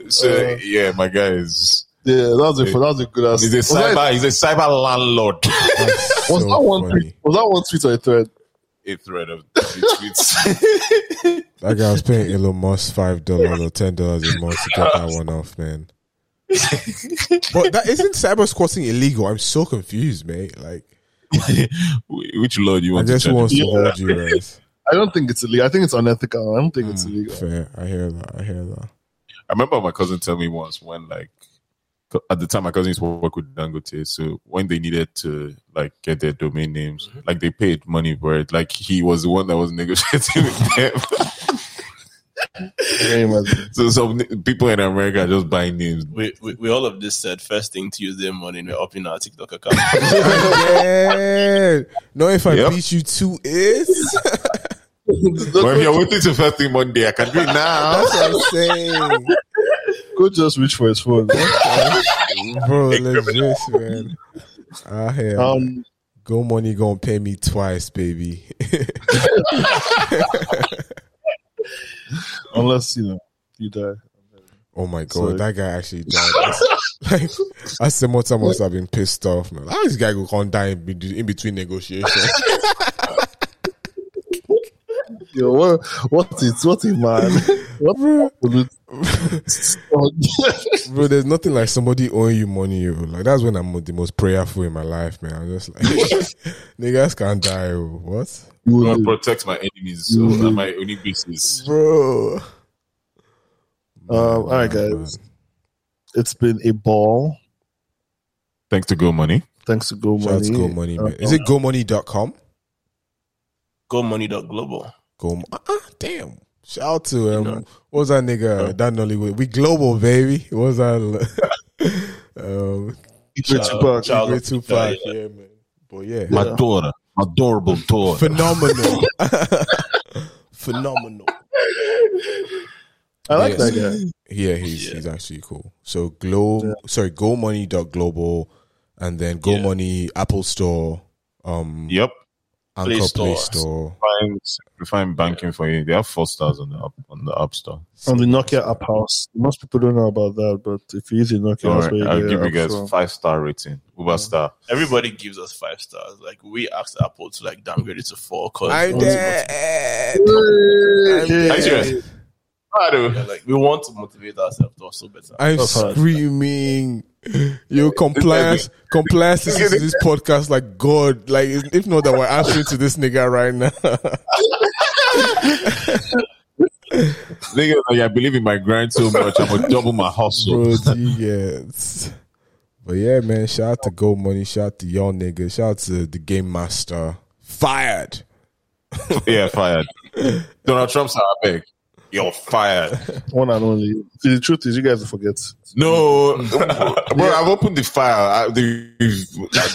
Speaker 5: So, yeah, my guy is.
Speaker 2: Yeah, that was a that was a good ass.
Speaker 5: He's a
Speaker 2: Was that,
Speaker 5: cyber, he's a cyber landlord.
Speaker 3: That's
Speaker 2: was that
Speaker 3: so
Speaker 2: one?
Speaker 3: funny.
Speaker 2: Tweet, was that one tweet or a thread?
Speaker 5: a thread of tweets.
Speaker 3: That guy was paying Elon Musk five dollars or ten dollars a month to get that one off, man. but that isn't cyber squatting illegal. I'm so confused, mate. Like,
Speaker 5: Which lord you
Speaker 3: I
Speaker 5: want to
Speaker 3: guess who
Speaker 5: charge
Speaker 3: wants to
Speaker 2: Yeah.
Speaker 3: hold you guys?
Speaker 2: I don't think it's illegal. I think it's unethical. I don't think it's illegal.
Speaker 3: Fair. I hear that. I hear that.
Speaker 5: I remember my cousin telling me once when like co- at the time my cousin used to work with Dangote, so when they needed to like get their domain names, like they paid money for it. Like he was the one that was negotiating with them.
Speaker 2: Can you imagine?
Speaker 5: so some n- people in America are just buying names.
Speaker 6: We, we, we all of this said first thing Tuesday morning, we're upping our TikTok account.
Speaker 3: Yeah. No, if I
Speaker 5: Yep.
Speaker 3: beat you two is that's
Speaker 5: Well, if you're waiting till first thing Monday, I can do it now.
Speaker 3: what I'm saying.
Speaker 2: Go just reach for his phone.
Speaker 3: Bro, legit, man. I hear
Speaker 2: Um,
Speaker 3: Go money gonna pay me twice, baby.
Speaker 2: Unless, you know, you die.
Speaker 3: Oh my
Speaker 2: Sorry.
Speaker 3: god, that guy actually died. like, I said, more time must have been pissed off, man. How this guy go come die in, be- in between negotiations?
Speaker 2: Yo, what, what it? What it, man? What absolute stud.
Speaker 3: Bro, there's nothing like somebody owing you money. Yo. Like that's when I'm mo- the most prayerful in my life, man. I'm just like, niggas can't die. Yo. What,
Speaker 2: You
Speaker 5: I
Speaker 2: would-
Speaker 5: protect my enemies. So
Speaker 2: Mhm.
Speaker 5: my only business.
Speaker 3: bro?
Speaker 2: Um, all right, guys. It's been a ball.
Speaker 5: Thanks to Go Money.
Speaker 2: Thanks to Go
Speaker 3: Shout out
Speaker 2: Money.
Speaker 3: to Go Money, man. Is
Speaker 2: Uh,
Speaker 3: it GoMoney.com?
Speaker 6: GoMoney.global.
Speaker 3: Go, uh, uh, damn. Shout out to um, what was that nigga? That Nollywood. We global, baby. What was that? um,
Speaker 2: Rich Tupac.
Speaker 6: Shout out
Speaker 3: Great
Speaker 6: to
Speaker 3: Tupac.
Speaker 6: Tupac,
Speaker 3: Yeah, man. But yeah,
Speaker 5: My daughter. My adorable daughter.
Speaker 3: phenomenal, phenomenal.
Speaker 2: I like
Speaker 3: Yes.
Speaker 2: that guy.
Speaker 3: Yeah, he's he's actually cool. So glow sorry, go money dot global and then go money Apple Store, um
Speaker 5: yep.
Speaker 3: Anchor
Speaker 6: Play
Speaker 3: Play Store.
Speaker 6: Store.
Speaker 5: Find, find banking for you. They have four stars on the app, on the app store.
Speaker 2: On the Nokia app house. Most people don't know about that, but if you use the Nokia,
Speaker 5: Don't
Speaker 2: that's
Speaker 5: worry,
Speaker 2: where
Speaker 5: I'll
Speaker 2: you
Speaker 5: give you
Speaker 2: get it
Speaker 5: guys
Speaker 2: from.
Speaker 5: five star rating. Uber star.
Speaker 6: Everybody gives us five stars. Like we asked Apple to like downgrade it to four because
Speaker 3: I'm dead. I'm,
Speaker 5: Are you
Speaker 3: dead.
Speaker 5: serious? I do.
Speaker 6: like we want to motivate ourselves to also better.
Speaker 3: I'm
Speaker 2: That's hard.
Speaker 3: screaming. Yo, compliance, compliance is to this podcast like God. Like, if not that we're answering to this nigga right now.
Speaker 5: Nigga, like, I believe in my grind so much. I'm going to double my hustle.
Speaker 3: Bro, yes. But yeah, man, shout out to Go Money, shout out to y'all niggas, shout out to the Game Master. Fired.
Speaker 5: Yeah, fired. Donald Trump's our big. You're fired.
Speaker 2: One and only. See, the truth is, you guys will forget.
Speaker 5: No, bro, I've opened the file. I, the,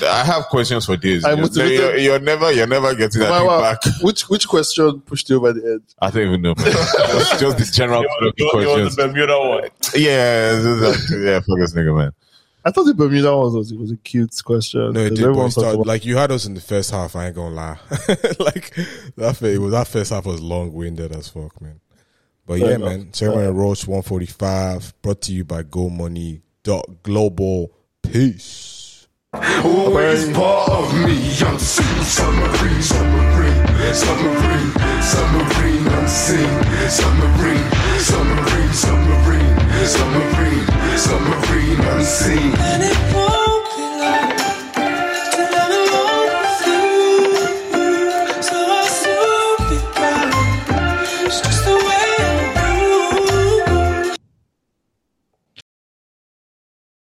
Speaker 5: I have questions for this.
Speaker 2: I
Speaker 5: You're,
Speaker 2: motivated-
Speaker 5: you're, you're never, you're never getting that
Speaker 2: Wow,
Speaker 5: thing
Speaker 2: wow.
Speaker 5: back.
Speaker 2: Which which question pushed you over the edge?
Speaker 5: I don't even know. Man. just, just the general
Speaker 6: You
Speaker 5: fucking questions.
Speaker 6: Bermuda one.
Speaker 5: Yeah, this is a- yeah, fuck this nigga, man.
Speaker 2: I thought the Bermuda one was was a cute question.
Speaker 3: No, it did, but
Speaker 2: Everyone
Speaker 3: it
Speaker 2: talked
Speaker 3: started,
Speaker 2: about-
Speaker 3: like you had us in the first half. I ain't gonna lie, like that. fa- It was that first half was long winded as fuck, man. But yeah,
Speaker 2: enough.
Speaker 3: man. Ceremony Roach one forty five brought to you by Go Money dot Global. Peace.
Speaker 10: always part of me. Unseen submarine, submarine, submarine, submarine, unseen submarine, submarine, submarine, submarine, submarine, unseen.